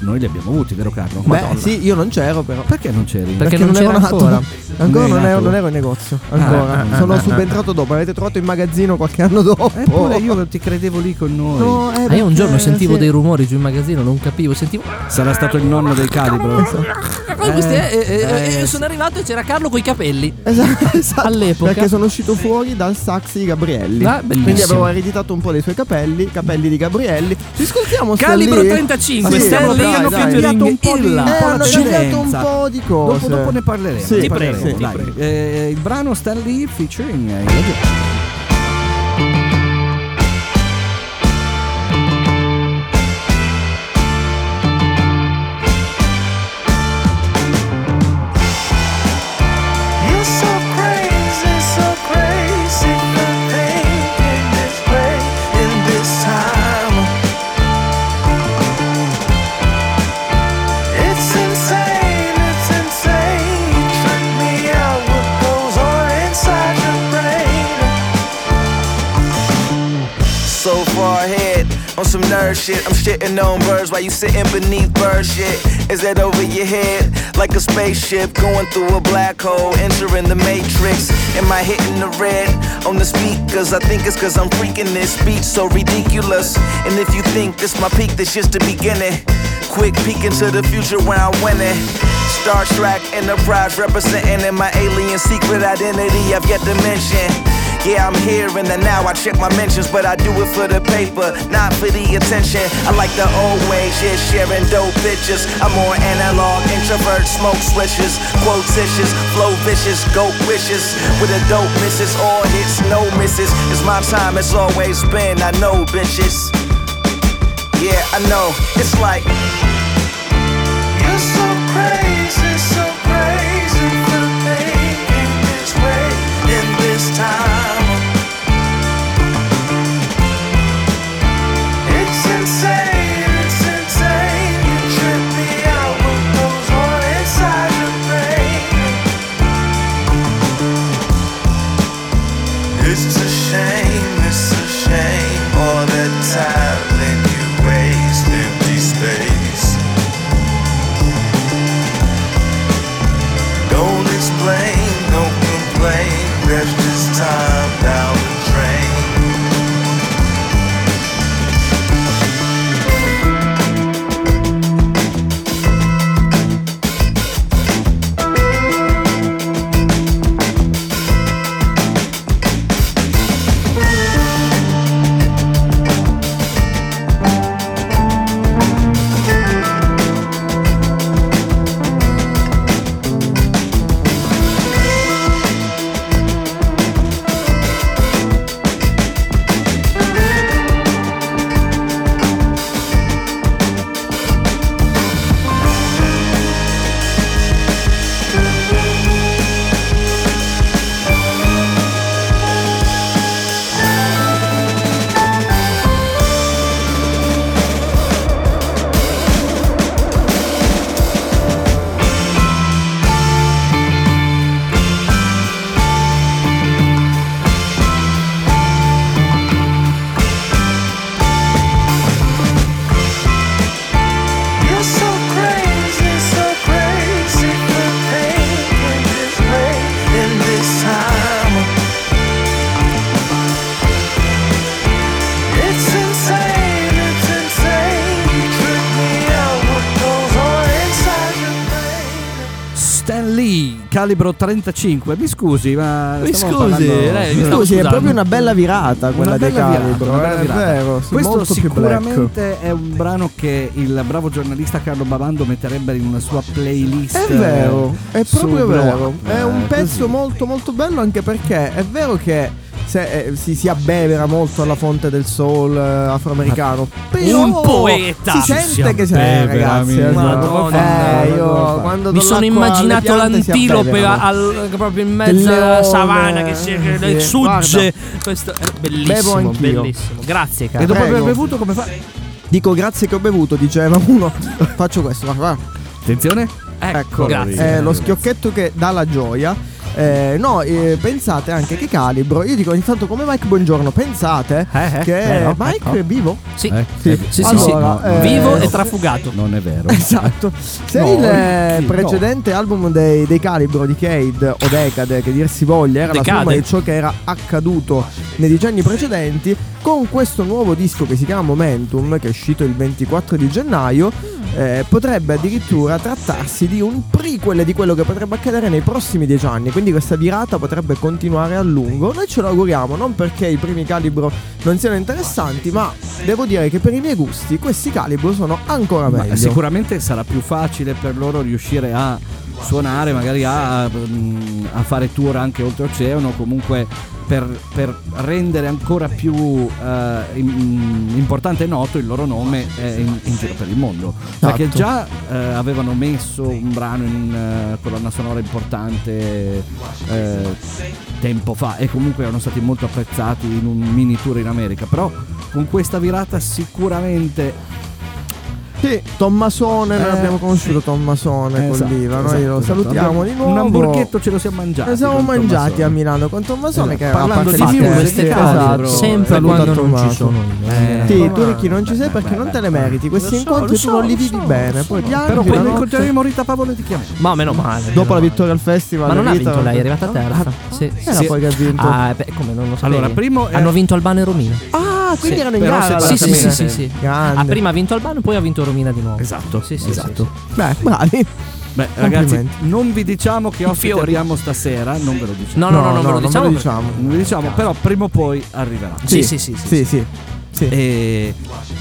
noi li abbiamo avuti, vero Carlo? Oh, Madonna.
Beh, sì, io non c'ero però.
Perché non c'eri?
Perché non
ero
c'era
nato.
ancora.
Ancora
Non
non,
eri
ero,
nato.
non ero in negozio. Ancora.
ah, ah,
Sono
ah,
subentrato dopo. Avete trovato in magazzino qualche anno dopo.
Eppure io ti credevo lì con noi.
Oh. No, eh,
Ah, io un giorno
perché-
sentivo
sì.
dei rumori giù in magazzino, non capivo, sentivo.
Sarà stato il nonno del calibro.
Poi questi, eh, eh, eh, sono arrivato e c'era Carlo coi capelli.
Esatto, esatto.
All'epoca.
Perché sono uscito fuori dal sax di Gabrielli.
Ah, bellissimo.
Quindi avevo ereditato un po' dei suoi capelli, capelli di Gabrielli. Ci ascoltiamo Stan
Calibro
Lee?
35,
Sì,
Stan
dai,
Lee
dai,
hanno
dai.
cambiato un po'
Illa.
di
Eh, hanno cambiato un
Cenza.
po' di cose.
Dopo, dopo ne parleremo.
Sì.
ne
Ti
parleremo,
prego, ti
dai.
prego.
Eh, il brano sta lì featuring. eh, Ilagia.
You're so crazy, so crazy for thinking this way in this time. It's insane, it's insane. Check me out what goes on inside your brain. so far ahead on some nerd shit. I'm shitting on birds while you sitting beneath bird shit. Is that over your head? Like a spaceship going through a black hole, entering the matrix. Am I hitting the red on the speakers? I think it's cause I'm freaking this speech so ridiculous. And if you think this my peak, this just the beginning. Quick peek into the future when I win it. Star Trek Enterprise representing in my alien secret identity I've yet to mention. Yeah, I'm here in the now. I check my mentions, but I do it for the paper, not for the attention. I like the old ways, yeah, sharing dope bitches. I'm more analog, introvert, smoke swishes, quotitious, flow vicious, goat wishes. With a dope misses, all hits, no misses. It's my time, it's always been. I know, bitches. Yeah, I know. It's like. You're so crazy, so crazy for thinking this way in this time. It's insane, it's insane. You trip me out what goes on inside your brain. It's a shame, it's a shame. All the time that you waste empty space.
calibro 35. Mi scusi, ma.
Mi
stavamo
scusi,
parlando-
lei-
Una
stavo
Scusi, è
scusando.
proprio una bella virata quella dei
bella virata,
calibro.
una bella
eh, è
virata.
vero, sì,
Questo
molto più black.
sicuramente è un brano che il bravo giornalista Carlo Bavando metterebbe in una sua playlist.
È vero,
eh,
è
su
proprio
Glow
vero.
Up,
È un
eh,
pezzo
così.
molto molto bello anche perché è vero che se- eh, si, si abbevera molto alla fonte del soul eh, afroamericano. Però
Un poeta!
Si
Si
sente che c'è,
abbevera,
ragazzi.
minchia.
eh, no.
Madonna.
Eh, io
Madonna.
quando
Mi
do
sono
l'acqua alle
immaginato
piante si
l'antilope
abbeverano.
al- proprio in mezzo
Il
alla
leone,
savana che si
sì.
che sugge.
Guarda.
Questo è
Bevo
bellissimo,
anch'io.
bellissimo. Grazie,
E
caro.
dopo aver
Prego.
bevuto, come fa?
Dico grazie che ho bevuto, diceva uno. Faccio questo, guarda, guarda.
Attenzione,
Ecco,
Ecco,
grazie.
eh, lo schiocchetto che dà la gioia. Eh, no, eh, pensate anche che calibro. Io dico ogni tanto come Mike Buongiorno, pensate
Eh, eh,
che
vero,
Mike
ecco.
è vivo.
Sì,
Eh,
sì, sì, sì, sì.
allora, eh,
Vivo e
no.
trafugato.
non è vero.
Esatto. Se
No,
il eh,
sì, no.
precedente album dei, dei Calibro di Cade o Decade, che dir si voglia, era la
Decade.
somma di ciò che era accaduto nei decenni precedenti, con questo nuovo disco che si chiama Momentum, che è uscito il 24 di gennaio, eh, potrebbe addirittura trattarsi di un prequel di quello che potrebbe accadere nei prossimi dieci anni. Quindi questa virata potrebbe continuare a lungo. Noi ce lo auguriamo, non perché i primi calibro non siano interessanti, ma devo dire che per i miei gusti questi calibro sono ancora
Ma
meglio.
sicuramente sarà più facile per loro riuscire a suonare, magari a, mm, a fare tour anche oltreoceano, comunque per, per rendere ancora più eh, im- importante e noto il loro nome eh, in, in giro per il mondo. Perché
Esatto.
già eh, avevano messo un brano in una colonna sonora importante eh, tempo fa e comunque erano stati molto apprezzati in un mini tour in America, però con questa virata sicuramente
Sì, Tommasone, noi
Eh,
abbiamo conosciuto Tommasone
Esatto,
con l'IVA, noi
esatto,
lo
esatto.
salutiamo
Abbiamo-
di nuovo.
Un hamburghetto ce lo siamo mangiato.
Lo siamo mangiati a Milano con Tommasone
Esatto,
che era
parlando
parte
di
di
musica,
Fest,
queste cose,
esatto.
bro.
sempre
Saluto a
quando non ci
Tommaso.
sono io.
Eh,
Sì,
ma-
tu Ricky non ci sei perché non te le meriti, questi
eh, Lo so,
incontri
lo
tu
so,
non li
lo
vidi
so,
bene,
lo
poi
so.
piangi
Però
la
quando
notte.
incontreremo Rita Paolo ti chiamo.
Ma meno male. meno
Dopo la
male.
vittoria Cioè, al festival
Ma non ha
Rita-
vinto lei, è arrivata terza. Sì,
eh, Era
sì.
poi che ha vinto.
Ah, eh, beh, come non lo sapevi?
Allora, primo è-
hanno vinto Albano e Romina.
Ah, quindi
Sì,
erano in
però
gara.
separatamente.
Sì, sì, sì, sì,
Esattamente.
sì.
Grande.
Ah, prima ha vinto Albano, poi ha vinto Romina di nuovo.
Esatto.
Sì, sì,
Eh,
esatto.
Beh, bravi.
Beh, ragazzi,
Complimenti.
non vi diciamo che ospite
fiori.
abbiamo stasera, non ve lo
No,
diciamo.
no, no, non ve lo
non
diciamo.
me lo diciamo.
Non vi diciamo, però prima o poi arriverà.
Sì, sì, sì, sì,
Sì, sì. Sì.
E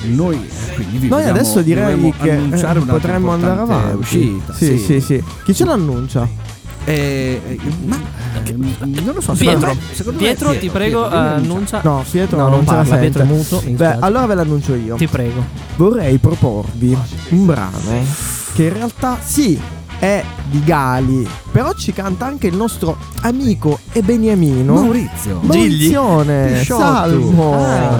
noi eh, quindi vi
Noi
vogliamo-
adesso direi
dovremmo
che
annunciare
eh,
un'altra
potremmo andare
importante
avanti.
Uscita,
sì, sì, sì. Chi ce l'annuncia?
Eh, eh, ma eh, non lo so,
Pietro,
secondo me- secondo me
Pietro, ti
Pietro,
prego,
Pietro, dimmi,
annuncia.
No, Pietro
No,
non,
non
ce la
parla,
sente.
Pietro è muto, mi
Beh,
dispiace.
allora ve l'annuncio io.
Ti prego.
Vorrei proporvi
Ah,
un
Eh?
brano che in realtà sì è di Gali, però ci canta anche il nostro amico e beniamino
Maurizio.
Maurizio
Pisciotto.
Salmo.
Ah.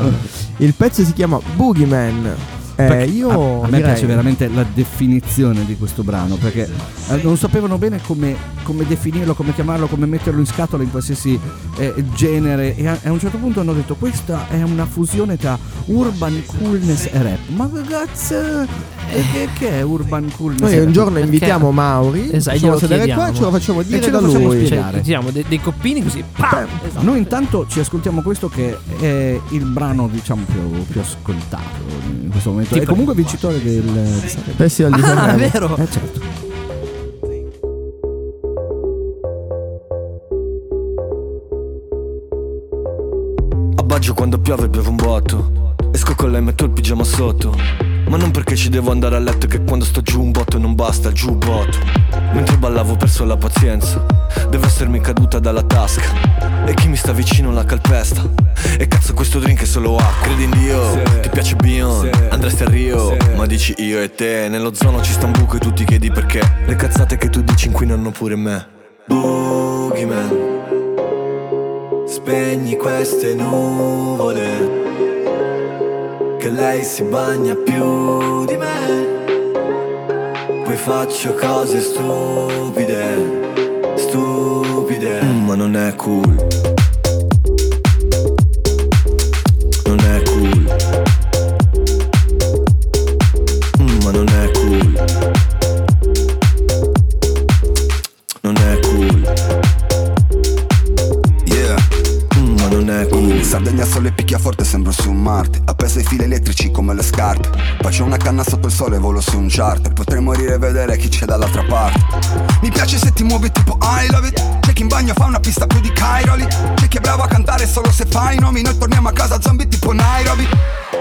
Il pezzo si chiama Boogeyman. Eh,
Perché
io
a, a me
direi-
piace veramente la definizione di questo brano perché eh, non sapevano bene come, come definirlo, come chiamarlo, come metterlo in scatola in qualsiasi eh, genere e a, e a un certo punto hanno detto questa è una fusione tra urban coolness e rap. Ma ragazzi, eh, che, che è urban coolness?
Noi
e rap?
un giorno
Perché-
invitiamo Mauri,
Esatto,
facciamo
glielo
sedere qua e
chiediamo.
ce lo Eh, facciamo dire
ce lo
da
facciamo
lui.
spiegare.
Cioè, diciamo dei, dei coppini così. pam! Esatto.
Noi intanto ci ascoltiamo questo che è il brano diciamo più, più ascoltato in questo momento.
Ti
è
prego.
comunque vincitore del eh, di Sanremo.
Eh
Festival di
Ah, è
Sanremo.
vero.
Eh certo.
A Baggio quando piove bevo un botto Esco con lei e metto il pigiama sotto Ma non perché ci devo andare a letto Che quando sto giù un botto non basta, giù botto Mentre ballavo ho perso la pazienza Deve essermi caduta dalla tasca E chi mi sta vicino la calpesta E cazzo questo drink è solo acqua Credi in Dio, ti piace Beyond Andresti a Rio, ma dici io e te Nello zono ci sta un buco e tu ti chiedi perché Le cazzate che tu dici inquinano pure me Boogeyman Spegni queste nuvole Che lei si bagna più di me Poi faccio cose stupide Stupide Mm, Ma non è cool Non è cool Mm, Ma non è cool Non è cool Yeah, Mm, ma non è cool
Sardegna sole picchia forte, sembro su Marte Appeso ai fili elettrici come le scarpe Faccio una canna sotto il sole, volo su un charter Potrei morire e vedere chi c'è dall'altra parte Mi piace se ti muovi tipo I love it C'è chi in bagno fa una pista più di Cairoli C'è chi è bravo a cantare solo se fai i nomi Noi torniamo a casa zombie tipo Nairobi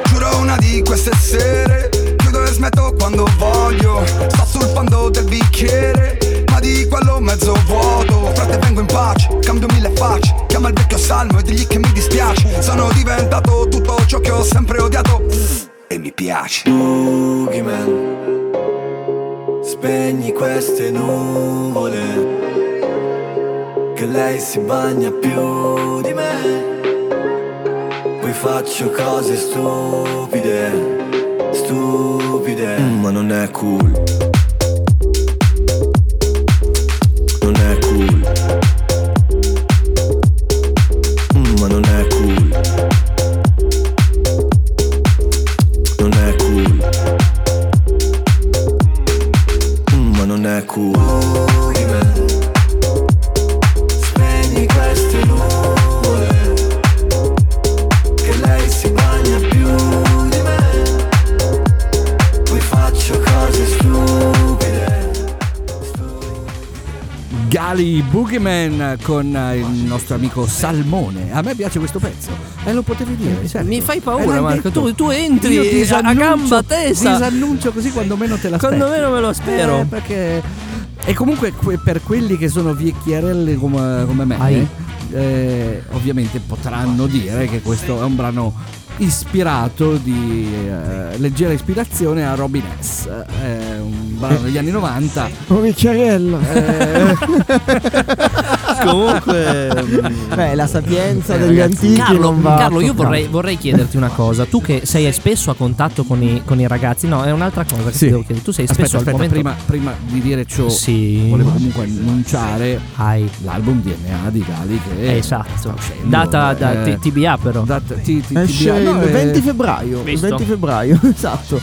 Giuro una di queste sere Chiudo e smetto quando voglio Sto sul fondo del bicchiere Ma di quello mezzo vuoto Oh, Frate vengo in pace, cambio mille facce Chiama il vecchio salmo e digli che mi dispiace Sono diventato tutto ciò che ho sempre odiato E mi piace
Boogeyman Spegni queste nuvole Che lei si bagna più di me Poi faccio cose stupide Stupide
Mm, Ma non è cool Non è cool Mm, Ma non è cool Non è cool Mm, Ma non è cool
Boogeyman Spegni queste nuvole Che lei si bagna più di me Poi faccio cose stupide
Gali Boogeyman con eh, il nostro amico Salmone. A me piace questo pezzo. E lo potevi dire. certo.
Mi fai
Eh,
paura,
l'hai
Marco.
detto.
Tu, tu entri
Io
a- a
disannuncio-
gamba tesa.
Disannuncio così quando meno te la
Quando meno me lo spero.
Eh, perché... E comunque que- per quelli che sono vecchierelli come, come
Ai.
me, eh, ovviamente potranno dire che questo è un brano ispirato di eh, leggera ispirazione a Robin S. È un brano degli anni 90.
Oh, Ricciarello.
Eh. Comunque,
Beh, la sapienza
Eh,
degli
ragazzi,
antichi
Carlo,
non va.
Carlo, io
toccata.
vorrei, vorrei chiederti una cosa. Tu che sei spesso a contatto con i, con i ragazzi, no, è un'altra cosa che
Sì.
ti devo chiedere. Tu sei
aspetta,
spesso
aspetta,
al momento.
prima, prima di dire ciò,
Sì.
volevo comunque annunciare
Hai.
l'album DNA di Gali che
Eh, esatto.
sta uscendo.
Data da
Eh,
T- TBA, però.
data- ti- ti-
Esce
TBA, no,
il
eh,
20 febbraio. Il
Visto.
20 febbraio, esatto.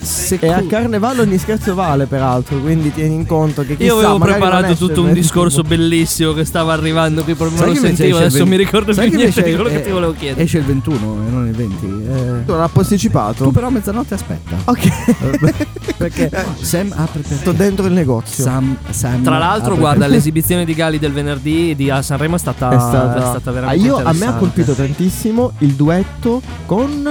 se
E a
cu-
carnevale ogni scherzo vale, peraltro. Quindi tieni in conto che chissà,
Io avevo
magari non
preparato
esce
tutto
il
un
20.
discorso bellissimo che stava arrivando qui, proprio me
sai
lo
che invece
sentivo,
esce il
adesso mi
20
ricordo
sai
più
che
niente
invece,
di quello che
eh,
ti volevo chiedere.
Esce il 21 e non il 20. eh.
L'ha posticipato.
tu però a mezzanotte aspetta.
Ok,
perché Sam apre per
sto dentro il negozio.
Sam,
Eh,
Sam
ehm,
Tra l'altro,
ah,
apre
guarda,
per-
l'esibizione di Gali del venerdì di a Sanremo è stata,
è stata,
è stata
Ah,
veramente
io, a me ha
interessante.
colpito tantissimo il duetto con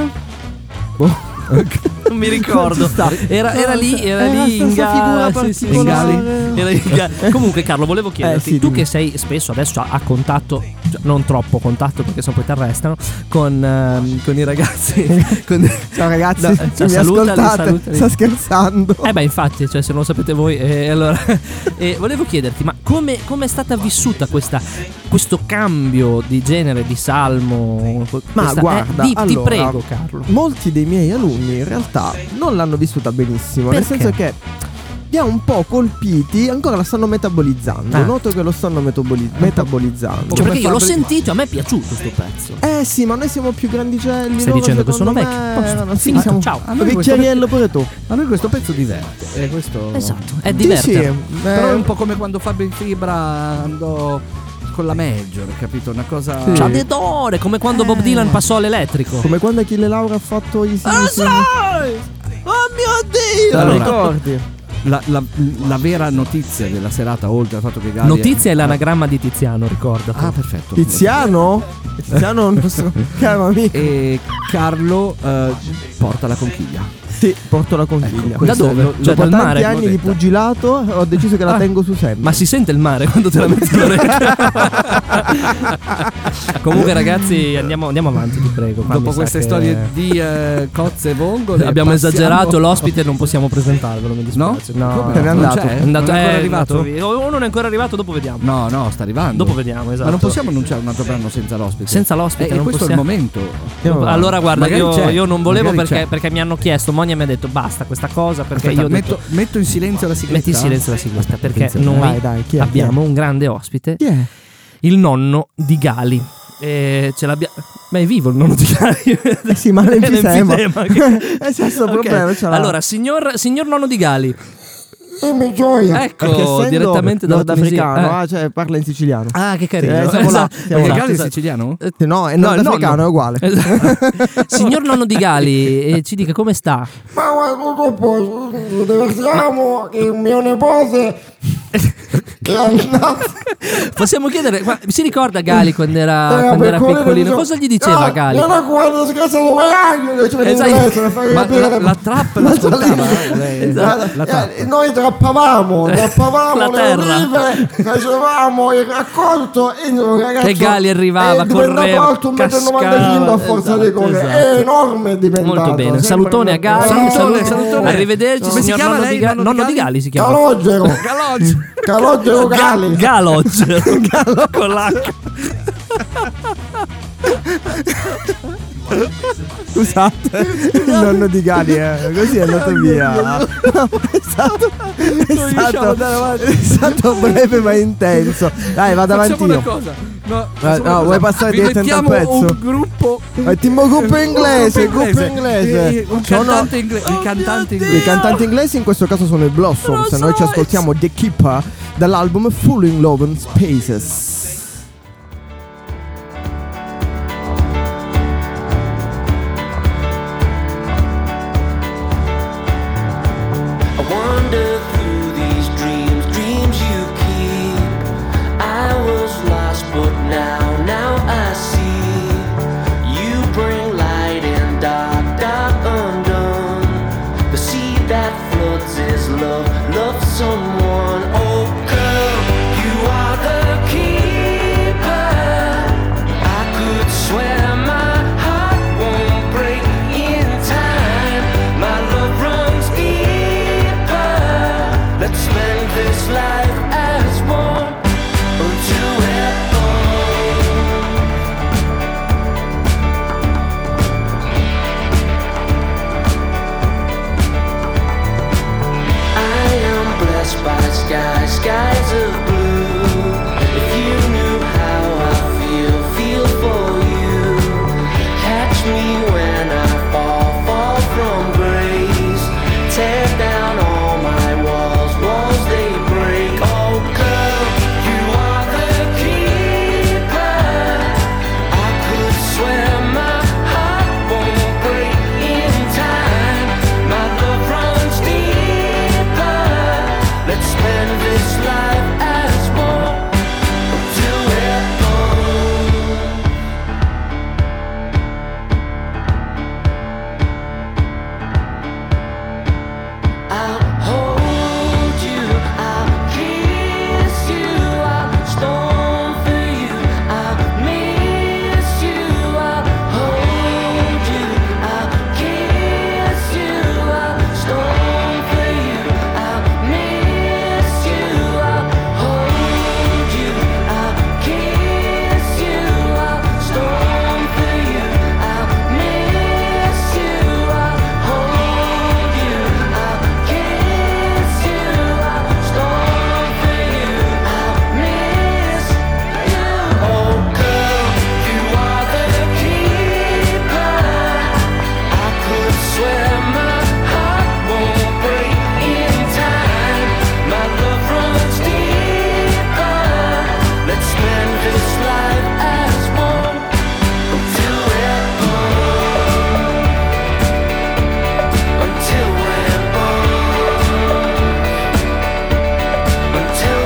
boh.
Non mi ricordo. Era, era lì, era
Era
lì
la
in
stessa
Ga-
figura
sì, sì,
particolare.
in Gali. Era in Ga- Comunque, Carlo, volevo chiederti:
Eh, sì,
tu
dimmi.
che sei spesso adesso a, a contatto, cioè, non troppo contatto perché se no poi ti arrestano, con, ehm, con i ragazzi. con-
Ciao ragazzi,
No,
se
cioè,
mi
salutali,
ascoltate,
salutali.
sta scherzando.
Eh beh, infatti, cioè, se non lo sapete voi, eh, allora eh, volevo chiederti, ma come, come è stata vissuta questa, questo cambio di genere di salmo? co-
Ma
questa- eh,
guarda,
di- ti
allora,
prego, Carlo.
Molti dei miei alunni in realtà non l'hanno vissuta benissimo,
Perché?
nel senso che li ha un po' colpiti, ancora la stanno metabolizzando.
Ah.
Noto che lo stanno metaboli- metabolizzando.
Cioè, perché io l'ho
Fabri-
sentito, a me è piaciuto questo pezzo.
Eh sì, ma noi siamo più grandicelli.
Stai
loro,
dicendo che sono
secondo
vecchi. Eh,
me,
Posto.
erano- sì,
Finito,
siamo-
ciao.
A noi questo-
Ricciariello pure tu.
A noi questo pezzo diverte. eh, questo-
Esatto, è
Sì,
divertente.
sì,
Però è
eh,
un po' come quando Fabio in Fibra andò con la Major, capito? Una cosa.
C'ha dedore, come quando
Eh.
Bob Dylan passò all'elettrico.
Come quando Achille Laura ha fatto i
Ah,
Simpson.
sai! Oh mio Dio!
Te lo
Allora,
ricordi?
La, la- la vera notizia della serata, oltre al fatto che Gali.
Notizia è l'anagramma di Tiziano, ricordati.
Ah, perfetto.
Tiziano? Tiziano è un nostro caro amico.
E Carlo eh, porta la conchiglia.
Sì, porto la conchiglia.
Ecco, Da
dove?
lo-
Cioè,
lo-
Dopo
dal
tanti
mare?
anni di
L'ho detta.
pugilato ho deciso che la
Ah.
tengo su sempre.
Ma si sente il mare quando te la metti all'orecchio? Comunque, ragazzi, andiamo, andiamo avanti, ti prego. qua mi
Dopo
sa
queste
che-
storie di eh, cozze e vongole.
Abbiamo
passiamo-
esagerato, l'ospite non possiamo presentarvelo, mi dispiace.
No? Come?
Se n'è
Non
andato.
c'è?
Ah. È andato,
Non è
eh,
ancora
andato
arrivato?
via. O o non è ancora arrivato, dopo vediamo.
No, no, sta arrivando.
Dopo vediamo, esatto.
Ma non possiamo annunciare un altro brano senza l'ospite.
Senza l'ospite
Eh,
non
questo
possiamo.
è il momento.
Andiamo avanti.
Allora guarda,
Magari
io,
c'è,
io non volevo
magari
perché,
c'è.
perché mi hanno chiesto, Monia mi ha detto basta questa cosa perché
Aspetta,
io ho
metto,
detto
metto in silenzio la sigaretta.
metti in silenzio la sigaretta perché
attenzione.
noi
Vai, dai, chi è?
abbiamo
Chi
un grande ospite,
Chi è?
il nonno di Gali. E ce l'abbiamo... Ma è vivo il nonno di Gali?
Eh sì, ma l'enfisema.
l'enfisema che-
è stesso
Ok.
problema. ce l'ha.
Allora, signor, signor nonno di Gali,
E mi gioia.
Ecco,
Perché essendo
direttamente da
nordafricano,
Tunisia, eh.
ah, cioè, parla in siciliano.
Ah, che carino.
Eh, siamo là,
Esatto,
siamo
perché
là.
Galli è
siciliano?
Eh, No, è
No, è il
nordafricano,
nonno.
è uguale.
Signor nonno di Gali, eh, ci dica come sta?
Ma guarda,
é
purtroppo ci diversiamo che il mio
é
nipote che è andato
Possiamo chiedere, ma si ricorda Gali quando era,
Eh,
Ah, quando
per
era
quello
piccolino?
dicevo,
Cosa gli diceva
"No,
Gali?
Non ho guardato scherzato con l'aglio, cioè
Esatto.
l'inglese, per far
Ma
capire.
la- la trappola ascoltava, eh, lei.
Guarda,
La
eh,
trappola.
Noi trappavamo,
La
trappavamo le
terra.
olive, facevamo il raccolto e il ragazzo...
Che Gali arrivava,
eh, diventava
correva,
alto un metro e
cascava.
95 a forza di
Esatto,
correre.
esatto.
È enorme diventato.
Molto bene,
sempre
salutone a
enorme.
Gali.
Salutone, salutone.
Arrivederci,
Come si
signor
chiama
nonno,
lei,
di Ga-
nonno di
nonno di
Gali?
Gali si chiama.
Calogero. Calogero Gali.
Galogero. Con l'H. Esatto.
Scusate, il nonno di Gali
eh.
è così è andato via. È
Esatto.
stato, è stato, è stato breve ma intenso. Dai, vado avanti
Facciamo una
io.
cosa.
Ah,
No,
Eh,
facciamo una
no,
cosa.
vuoi passare
Vi
direttamente al
mettiamo
pezzo?
Un gruppo.
Eh, tipo gruppo inglese,
Un
gruppo inglese.
Eh, Un
Sono-
cantante inglese. Il cantante inglese.
I cantanti inglesi in questo caso sono i Blossoms. Noi ci ascoltiamo The Keeper dall'album Full in Love and Spaces.
I wander through these dreams, dreams you keep. I was lost, but now, now I see. You bring light and dark, dark undone. The seed that floods is love, love someone. Oh, girl, you are the keeper. I could swear my heart won't break in time. My love runs deeper. Let's spend this life as one until we're old. I am blessed by sky, skies of blue. If you knew how I feel, feel for you. Catch me when I fall, fall from grace. Tear down all my walls, walls they break. Oh girl, you are the keeper. I could swear my heart won't break in time. My love runs deeper. Let's spend this life as one till we're old. I'll hold you, I'll kiss you, I'll storm for you, I'll miss you, I'll hold you, I'll kiss you, I'll storm for you, I'll miss you, I'll hold you, I'll kiss you, I'll storm for you, I'll miss you, I'll hold you, I'll kiss you, I'll storm for you, I'll miss you. Oh girl, you are the keeper. I could swear my heart won't break in time. My love runs deeper. Let's spend this life as one until we're old. Until we're old. Until we're old. Until we're old.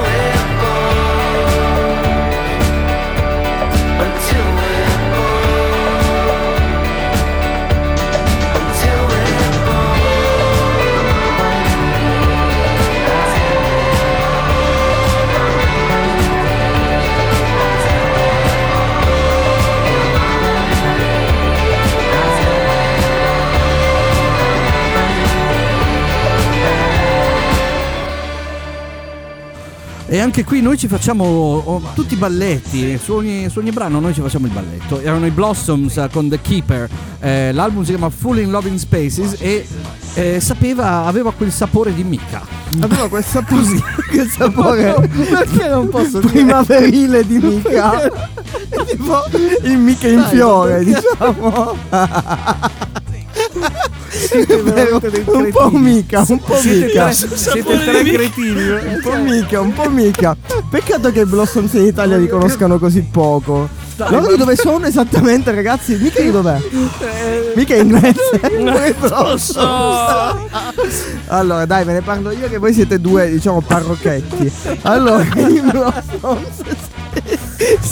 E anche qui noi ci facciamo oh, tutti i balletti, su ogni, su ogni brano noi ci facciamo il balletto. Erano i Blossoms eh, con The Keeper, eh, l'album si chiama Full in Loving Spaces e eh, sapeva, aveva quel sapore di mica.
Aveva quel sapore, quel sapore
Perché non posso dire?
primaverile di mica. tipo il mica in
Dai,
fiore,
perché-
diciamo. un po' mica, un po'
Siete
mica.
tre- Siete siete tre tre cretini.
Un
Cioè.
po' mica, un po' mica. Peccato che i Blossoms in Italia li conoscano così poco.
Dai,
Loro di
ma-
dove sono esattamente, ragazzi? Mica di dov'è?
Eh,
Mica è inglese. Come posso? Allora, dai, ve ne parlo io che voi siete due, diciamo, parrocchetti. Allora, i Blossoms.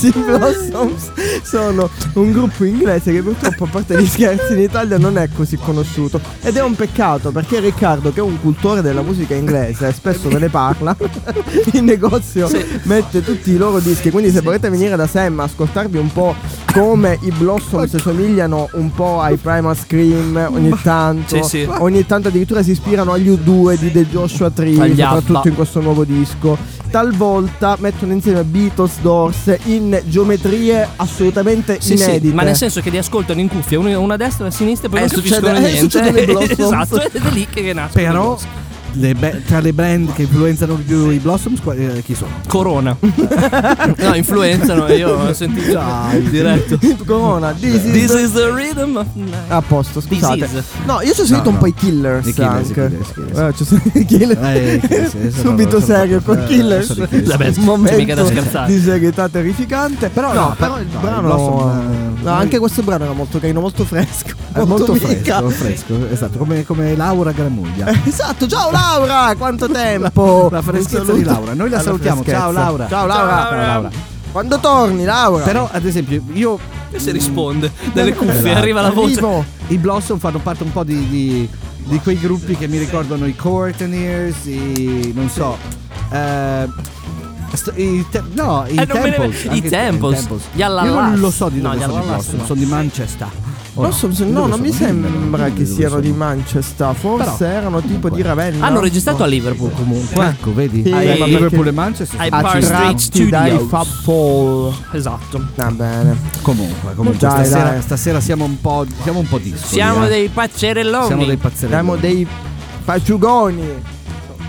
I Blossoms sono un gruppo inglese che purtroppo a parte gli scherzi in Italia non è così conosciuto ed è un peccato perché Riccardo che è un cultore della musica inglese spesso ve ne parla in negozio mette tutti i loro dischi quindi se volete venire da Sam a ascoltarvi un po' come i Blossoms somigliano un po' ai Primal Scream ogni tanto
Sì, sì.
ogni tanto addirittura si ispirano agli U2 di The Joshua Tree
Agli ABBA.
soprattutto in questo nuovo disco talvolta mettono insieme Beatles Doors in geometrie assolutamente
Sì, sì,
inedite
ma nel senso che li ascoltano in cuffia, uno- una a destra e una a sinistra, e poi
Eh,
non
succede-
capiscono
eh,
niente.
succedono i Blossoms.
esatto, ed è lì che nascono. i
Però
Blossoms.
le be- tra le brand che influenzano di più i Blossoms, qua- eh, chi sono?
Corona. no, influenzano, io ho sentito
Dai.
diretto.
Corona, this is,
This
the-
is the rhythm of night.
A posto, scusate.
Disease.
No, io ci ho scritto un po' i killers.
I Killers, i
anche.
Killers, i Killers.
Eh, ci sono i killers.
Eh, i Killers, eh, sono-
Subito
sono-
serio con
eh,
killers.
sono i Killers.
Vabbè,
un
c'è mica da
momento
scherzare.
di serietà terrificante. Però, no,
no,
però
dai,
il
il
brano.
Blossom, eh,
no, anche questo brano era molto carino, molto fresco.
Eh, molto
mica.
fresco, fresco, esatto, come, come Laura Gramuglia.
Esatto, ciao Laura, quanto tempo!
La
Un
freschezza
saluto
di Laura, noi la
alla
salutiamo.
freschezza.
Ciao Laura.
Ciao Laura.
Ciao, Laura.
Quando torni Laura?
Però ad esempio io
E si risponde dalle cuffie,
Esatto.
arriva la voce.
Arrivo.
i Blossom fanno parte un po' di, di- di quei gruppi che mi ricordano i Courtneyers, i non so. eh, sto- i te- no, i
Eh, non me ne-
Temples.
i
anche-
Temples, gli
Io
Allalas.
non lo so di
No,
dove
gli
sono i
Allalas
Blossom,
no.
sono di Manchester. O
Non so, se- no,
Dove
non mi
sono? Dimmelo,
sembra
dimmelo
che
dove
siano
sono.
di Manchester, forse
Però,
erano tipo
comunque.
di Ravenna. Ecco.
Hanno registrato a Liverpool comunque.
Ecco, vedi?
Sì.
Eh, ma
Ai-
Liverpool e Manchester. Ah,
ai-
sono-
Park Street
Attratti dai
Studios.
Fab Four.
Esatto.
Va bene.
Comunque, comunque
Dai,
stasera,
dai.
stasera siamo un po'. Siamo un po' disco.
Siamo dei paccerelloni.
Siamo dei pazzerelli.
Diamo dei faciugoni.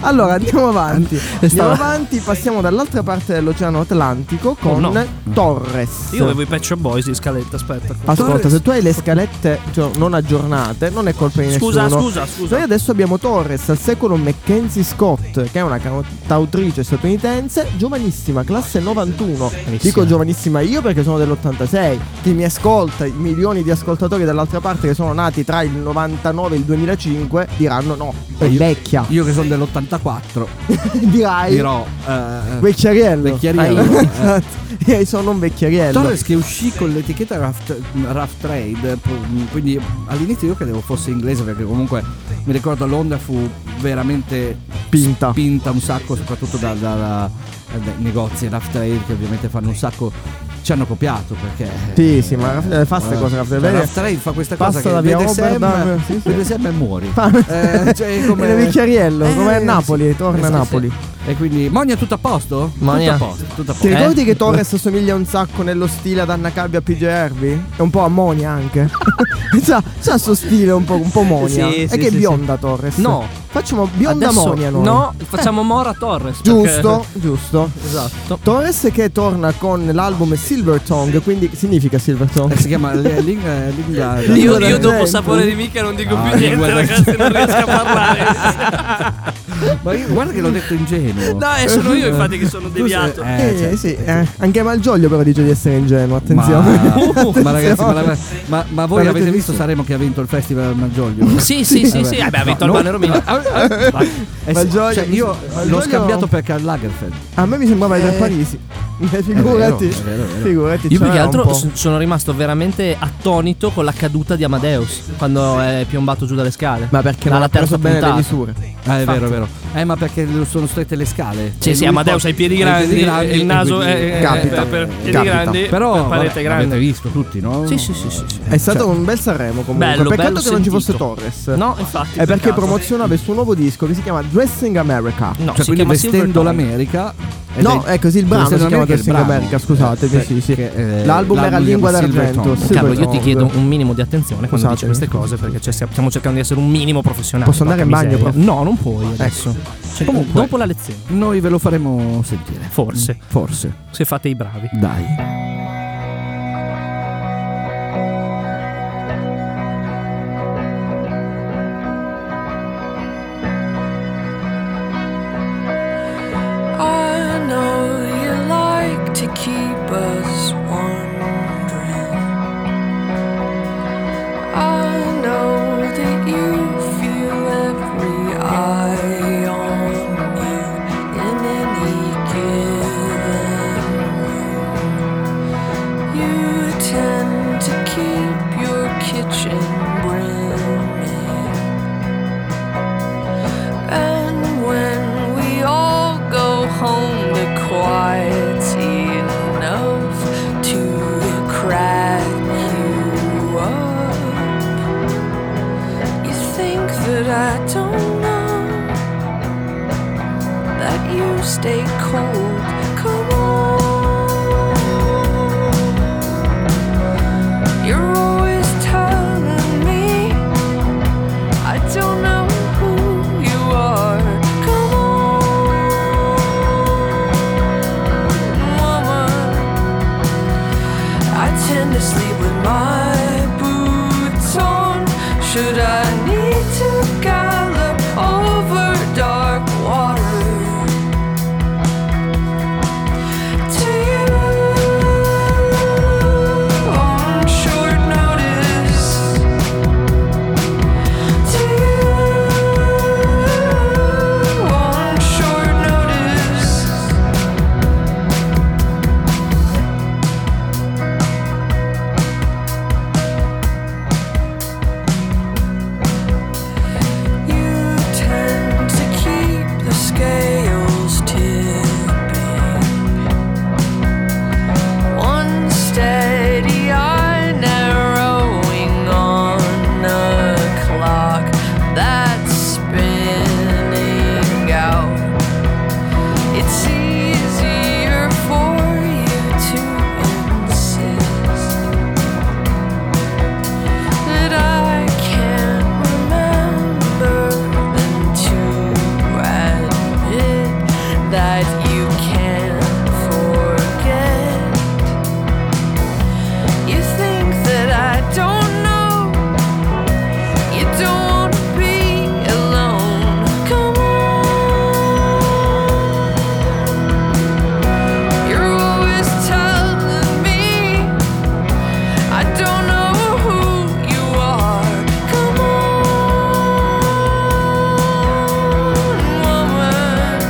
Allora andiamo avanti. Andiamo
Stava-
avanti, passiamo dall'altra parte dell'Oceano Atlantico con
Oh, no.
Mm.
Torres.
Io avevo i Patch Shop Boys di scaletta, aspetta.
Ascolta, se tu hai le scalette cioè, non aggiornate, non è colpa di
Scusa,
nessuno.
scusa, scusa.
Noi adesso abbiamo Torres al secolo Mackenzie Scott, che è una cantautrice statunitense, giovanissima, classe 91. Dico giovanissima io perché sono dell'86. Chi mi ascolta, i milioni di ascoltatori dall'altra parte che sono nati tra il 99 e il 2005, diranno no, è vecchia.
Io che sono dell'84,
Dirai
dirò. eh,
vecchiariello.
Vecchiariello,
Ah,
eh.
esatto. Eh, sono un vecchiariello.
Torres che uscì con l'etichetta Rough, Rough Trade, p- quindi all'inizio io credevo fosse inglese perché comunque mi ricordo a Londra fu veramente
Pinta.
spinta un sacco, soprattutto da, da- da- dai negozi Rough Trade che ovviamente fanno un sacco, ci hanno copiato perché...
Sì, sì, ma Rough- eh, fa ste
eh,
cose, Rough Trade.
cioè,
Vede-
Rough Trade fa questa
passa
cosa che
da via
vede Sam,
Oberdam, sì, sì.
vede Sam e muori.
Eh,
Eh, cioè, come-
vecchiariello, come a
Eh,
Napoli,
sì,
torna
esatto,
a Napoli.
sì. E quindi, Monia tutto a posto?
Monia.
Tutto a posto, tutto a
Ti
posto. Eh?
ricordi che Torres assomiglia un sacco nello stile ad Anna Calvi a PJ Harvey? È un po' a Monia anche. Sa, sa suo stile un po', un po' Monia.
Sì,
è
sì,
che è
sì,
bionda Torres.
No.
Facciamo bionda
Adesso-
Monia noi.
No, facciamo Mora Torres.
Giusto,
perché-
giusto.
Esatto.
Torres che torna con l'album Silver Tongue, quindi significa Silver
Eh,
Tongue.
si chiama Li- Ling- Lingua-
Io,
Guarda
io dopo
dentro.
sapore di mica non dico
Ah,
più niente,
guarda-
ragazzi, non riesco a parlare.
Ma io- guarda che l'ho detto ingenuo.
No, e sono io infatti che sono deviato.
Eh,
Eh,
certo.
sì, eh. anche Malgioglio però dice di essere
Ma,
ingenuo, attenzione.
ma ragazzi, ma, la- ma- ma voi
L'avete
avete
visto?
visto Saremo che ha vinto il festival Malgioglio?
Sì, sì, sì, sì. Eh, beh, ha vinto il Balnero Milano.
Ah, Eh, sì,
Malgioglio-
cioè, io
Malgioglio-
l'ho scambiato per Karl Lagerfeld.
A me mi sembrava da
Eh.
Parisi. figurati,
è vero, è vero.
figurati.
Io più che
c'era un
altro
po'.
so- sono rimasto veramente attonito con la caduta di Amadeus quando è piombato giù dalle scale.
Ma perché non
Dalla
ha
terza
preso bene le
puntata.
misure?
Ah, è vero, è vero. Eh, ma perché lo- sono strette le scale?
Sì,
E
sì,
lui
Amadeus
poi-
ha i piedi
ha
grandi, il
e
naso
quindi-
è- è-
Capita,
è per piedi
capita.
grandi,
Però
per palette
vabbè,
grandi.
l'avete visto tutti, no? Cioè,
Sì, sì, sì, sì, sì.
Eh,
È
certo.
stato un bel Sanremo comunque.
Bello,
Peccato
bello
che non ci fosse
sentito.
Torres.
No, infatti.
È perché
peccato.
promozionava il suo nuovo disco che si chiama Dressing America.
No,
Cioè,
si
quindi
chiama
vestendo
Silver Tongue.
l'America. ed
No,
è-
è così il brano si
Vestendo
chiama
l'America è il
Dressing
brano.
America, scusate, che
Eh,
sì, sì.
che, eh,
L'album era
l'album
Lingua
si chiama Silver
d'argento.
Tongue.
Silver
Carlo, io ti
Tongue.
chiedo un minimo di attenzione quando dici
Scusatemi.
queste cose perché cioè, stia- stiamo cercando di essere un minimo professionali.
Posso andare
porca
in bagno,
miseria. No, non puoi adesso. Cioè,
Comunque-
dopo la lezione,
Noi ve lo faremo sentire.
Forse.
Mm,
Forse.
se fate i bravi.
Dai.
I
trying to sleep with my boots on. Should I need to gallop over dark water? To you on short notice. To you on short notice. You tend to keep the scales tipping. One steady eye narrowing on a clock that's spinning out. It's easier for you to insist that I can't remember than to admit that you can't forget. You think that I don't know. You don't want to be alone. Come on. You're always telling me I don't know who you are. Come on, woman.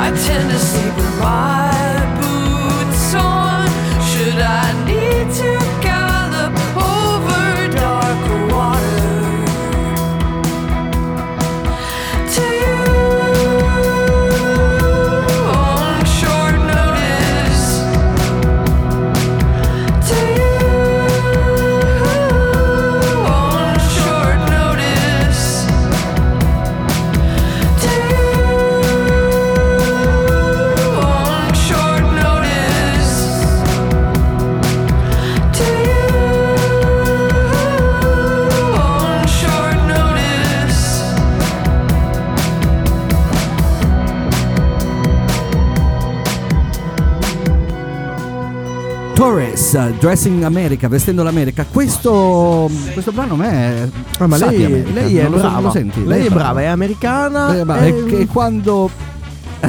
I tend to sleep with my boots on. Should I need to gallop over dark water? To you on short notice. To you on short notice. To you on short notice. To you on short notice.
Torres, uh, Dressing America, vestendo l'America. Questo, questo brano a me è.
Ah, ma
sa di
lei,
America,
lei è
non lo so-
brava.
non lo senti?
lei è brava, è americana.
Lei è brava. E- e quando.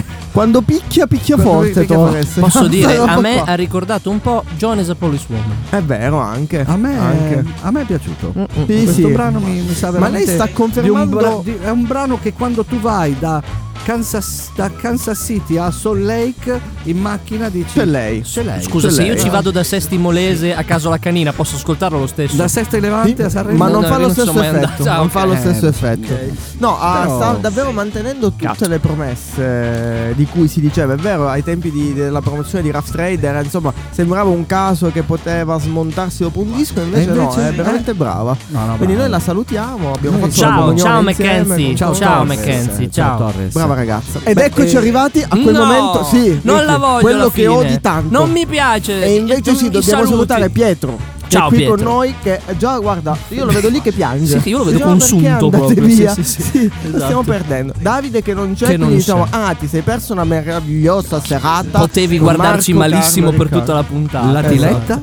Quando picchia, picchia
Quando
forte.
picchia forte.
Torres.
Posso dire,
Questa
a
roba
me
qua.
ha ricordato un po' John is a Police Woman.
È vero, anche.
A me,
Anche.
a me è piaciuto.
Mm,
Sì,
Questo
sì.
brano mi, mi sa
Ma
veramente.
lei sta
di un
confermando-
bra- di- è un brano che quando tu vai da Kansas, da Kansas City a Salt Lake in macchina dici.
C'è lei.
C'è lei.
Scusa,
C'è
se io
lei.
ci vado da Sesti Molese a caso la canina, posso ascoltarlo lo stesso?
Da Sesta e Levante a Sanremo.
Ma non
No,
fa
io
lo
non sono
stesso
mai andato.
effetto.
Ah,
Non
ok.
fa lo stesso
Eh,
effetto.
ok.
No, ah,
Però-
sta davvero mantenendo tutte
Cazzo.
le promesse eh, di cui si diceva. È vero, ai tempi di- della promozione di Rough Trade era insomma, sembrava un caso che poteva smontarsi dopo un disco, invece,
E invece- eh.
no, è veramente brava.
No,
Ah,
no,
Quindi
brava.
noi la salutiamo. Abbiamo
Noi-
fatto la
Ciao,
comunione
ciao
insieme
Mackenzie.
con-
Ciao,
Torres.
Mackenzie.
Eh,
Ciao.
ciao, Torres.
Brava ragazza. Ed
Beh,
eccoci
eh,
arrivati a quel
No,
momento. Sì,
non la voglio.
Quello
alla
che
fine.
odi tanto.
Non mi piace.
E invece sì,
I
dobbiamo
saluti.
salutare Pietro.
Ciao,
che è qui
Pietro.
con noi che già guarda, io lo vedo lì che piange.
Sì, sì, io lo vedo
Diciamo, perché
consunto
andate
proprio, sì,
Via.
sì, sì.
lo stiamo
Esatto.
perdendo. Davide che non c'è,
Che non
quindi diciamo
c'è.
"Ah, ti sei perso una meravigliosa serata".
Potevi
con
guardarci
Marco,
malissimo
Carlo,
per tutta la
Riccardo".
puntata.
La diletta?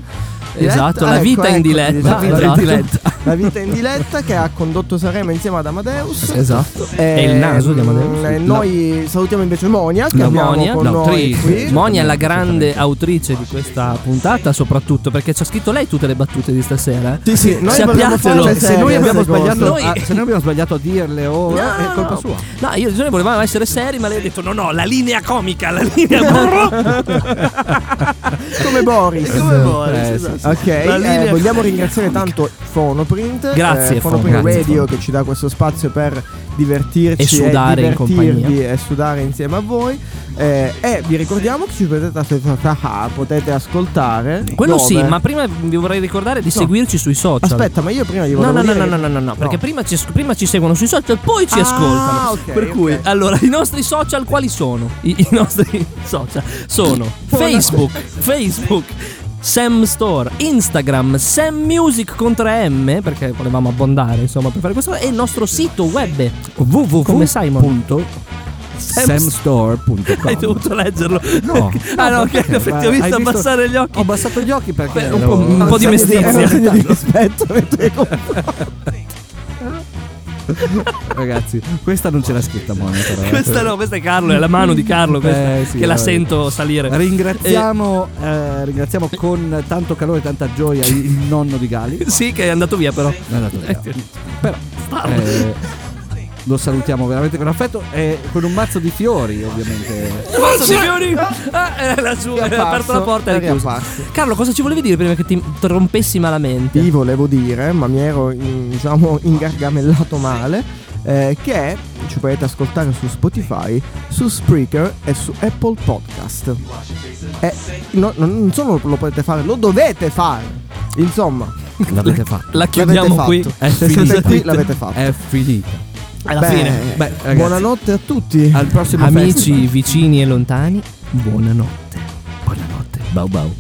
Esatto, la
Ecco,
vita in
ecco,
diletta.
esatto.
Esatto.
La vita in diletta. La vita in diletta che ha condotto Sanremo insieme ad Amadeus.
Esatto.
E mm,
il naso di Amadeus.
Noi salutiamo invece Monia che
La
abbiamo
Monia,
con noi
l'autrice.
qui.
Monia è la grande autrice di questa puntata, soprattutto perché ci ha scritto lei tutte le battute di stasera. eh.
Sì, sì, noi vogliamo
Sappiatelo.
fare-
Cioè, se,
Eh,
noi abbiamo
queste cose.
sbagliato,
Noi-
a, se noi abbiamo sbagliato a dirle eh, ora,
No,
è colpa
no.
sua.
No, io noi volevamo essere seri, ma lei ha detto: no, no, la linea comica, la linea.
come Boris.
Come Boris,
Eh,
esatto.
sì, sì.
Ok,
La linea-
eh, vogliamo ringraziare tanto Fonoprint,
Grazie,
eh, Fonoprint
Fono, grazie,
Radio
Fono.
che ci dà questo spazio per divertirci
E sudare in
divertirvi
compagnia.
e sudare insieme a voi. Eh, e vi ricordiamo che ci potete, as- potete ascoltare.
Quello
dove?
sì, ma prima vi vorrei ricordare di seguirci sui social.
Aspetta, ma io prima gli
No,
volevo
no, no,
dire
no,
che-
no, no, no, no, perché prima ci, prima ci seguono sui social, poi ci
Ah,
ascoltano.
ok,
per
ok.
cui, allora, i nostri social quali sono? I, i nostri social sono Facebook, Facebook. Sam Store, Instagram, Sam Music con 3M perché volevamo abbondare insomma per fare questo e il nostro sito web www.simon.com
samstore.com
Hai dovuto leggerlo?
No.
ah, no, ok,
perché?
perfetto, ti ho
Hai
visto
visto-
abbassare gli occhi. Ho
abbassato gli occhi perché.
un po', un po' di
Era un segno di-
mestizia.
era un segno di rispetto
nei tuoi
Ragazzi, questa non ce l'ha scritta Monica. però.
Questa no, questa è Carlo, è la mano di Carlo questa,
Eh, sì,
che la
vabbè.
sento salire.
Ringraziamo, eh, ringraziamo con tanto calore e tanta gioia il nonno di Gali.
Eh, sì, che è andato via però.
È andato via.
Eh,
Eh, lo salutiamo veramente con affetto e con un mazzo di fiori, ovviamente.
Forza, signori! Ah, era laggiù, era
È
aperta la
apparso,
porta e
è
richiusa. Carlo, cosa ci volevi dire prima che ti interrompessi malamente?
Vi volevo dire, ma mi ero in- diciamo ingargamellato male, eh, che ci potete ascoltare su Spotify, su Spreaker e su Apple Podcast. Eh, no- no- non solo lo potete fare, lo dovete fare. Insomma,
L'avete fatto.
La chiudiamo
L'avete
qui.
fatto.
È
Se siete
finita.
qui, l'avete fatto.
È finita.
Alla
Beh,
fine.
beh, ragazzi, buonanotte a tutti.
Al prossimo
Amici
festival.
vicini e lontani, buonanotte. Buonanotte. Bau bau.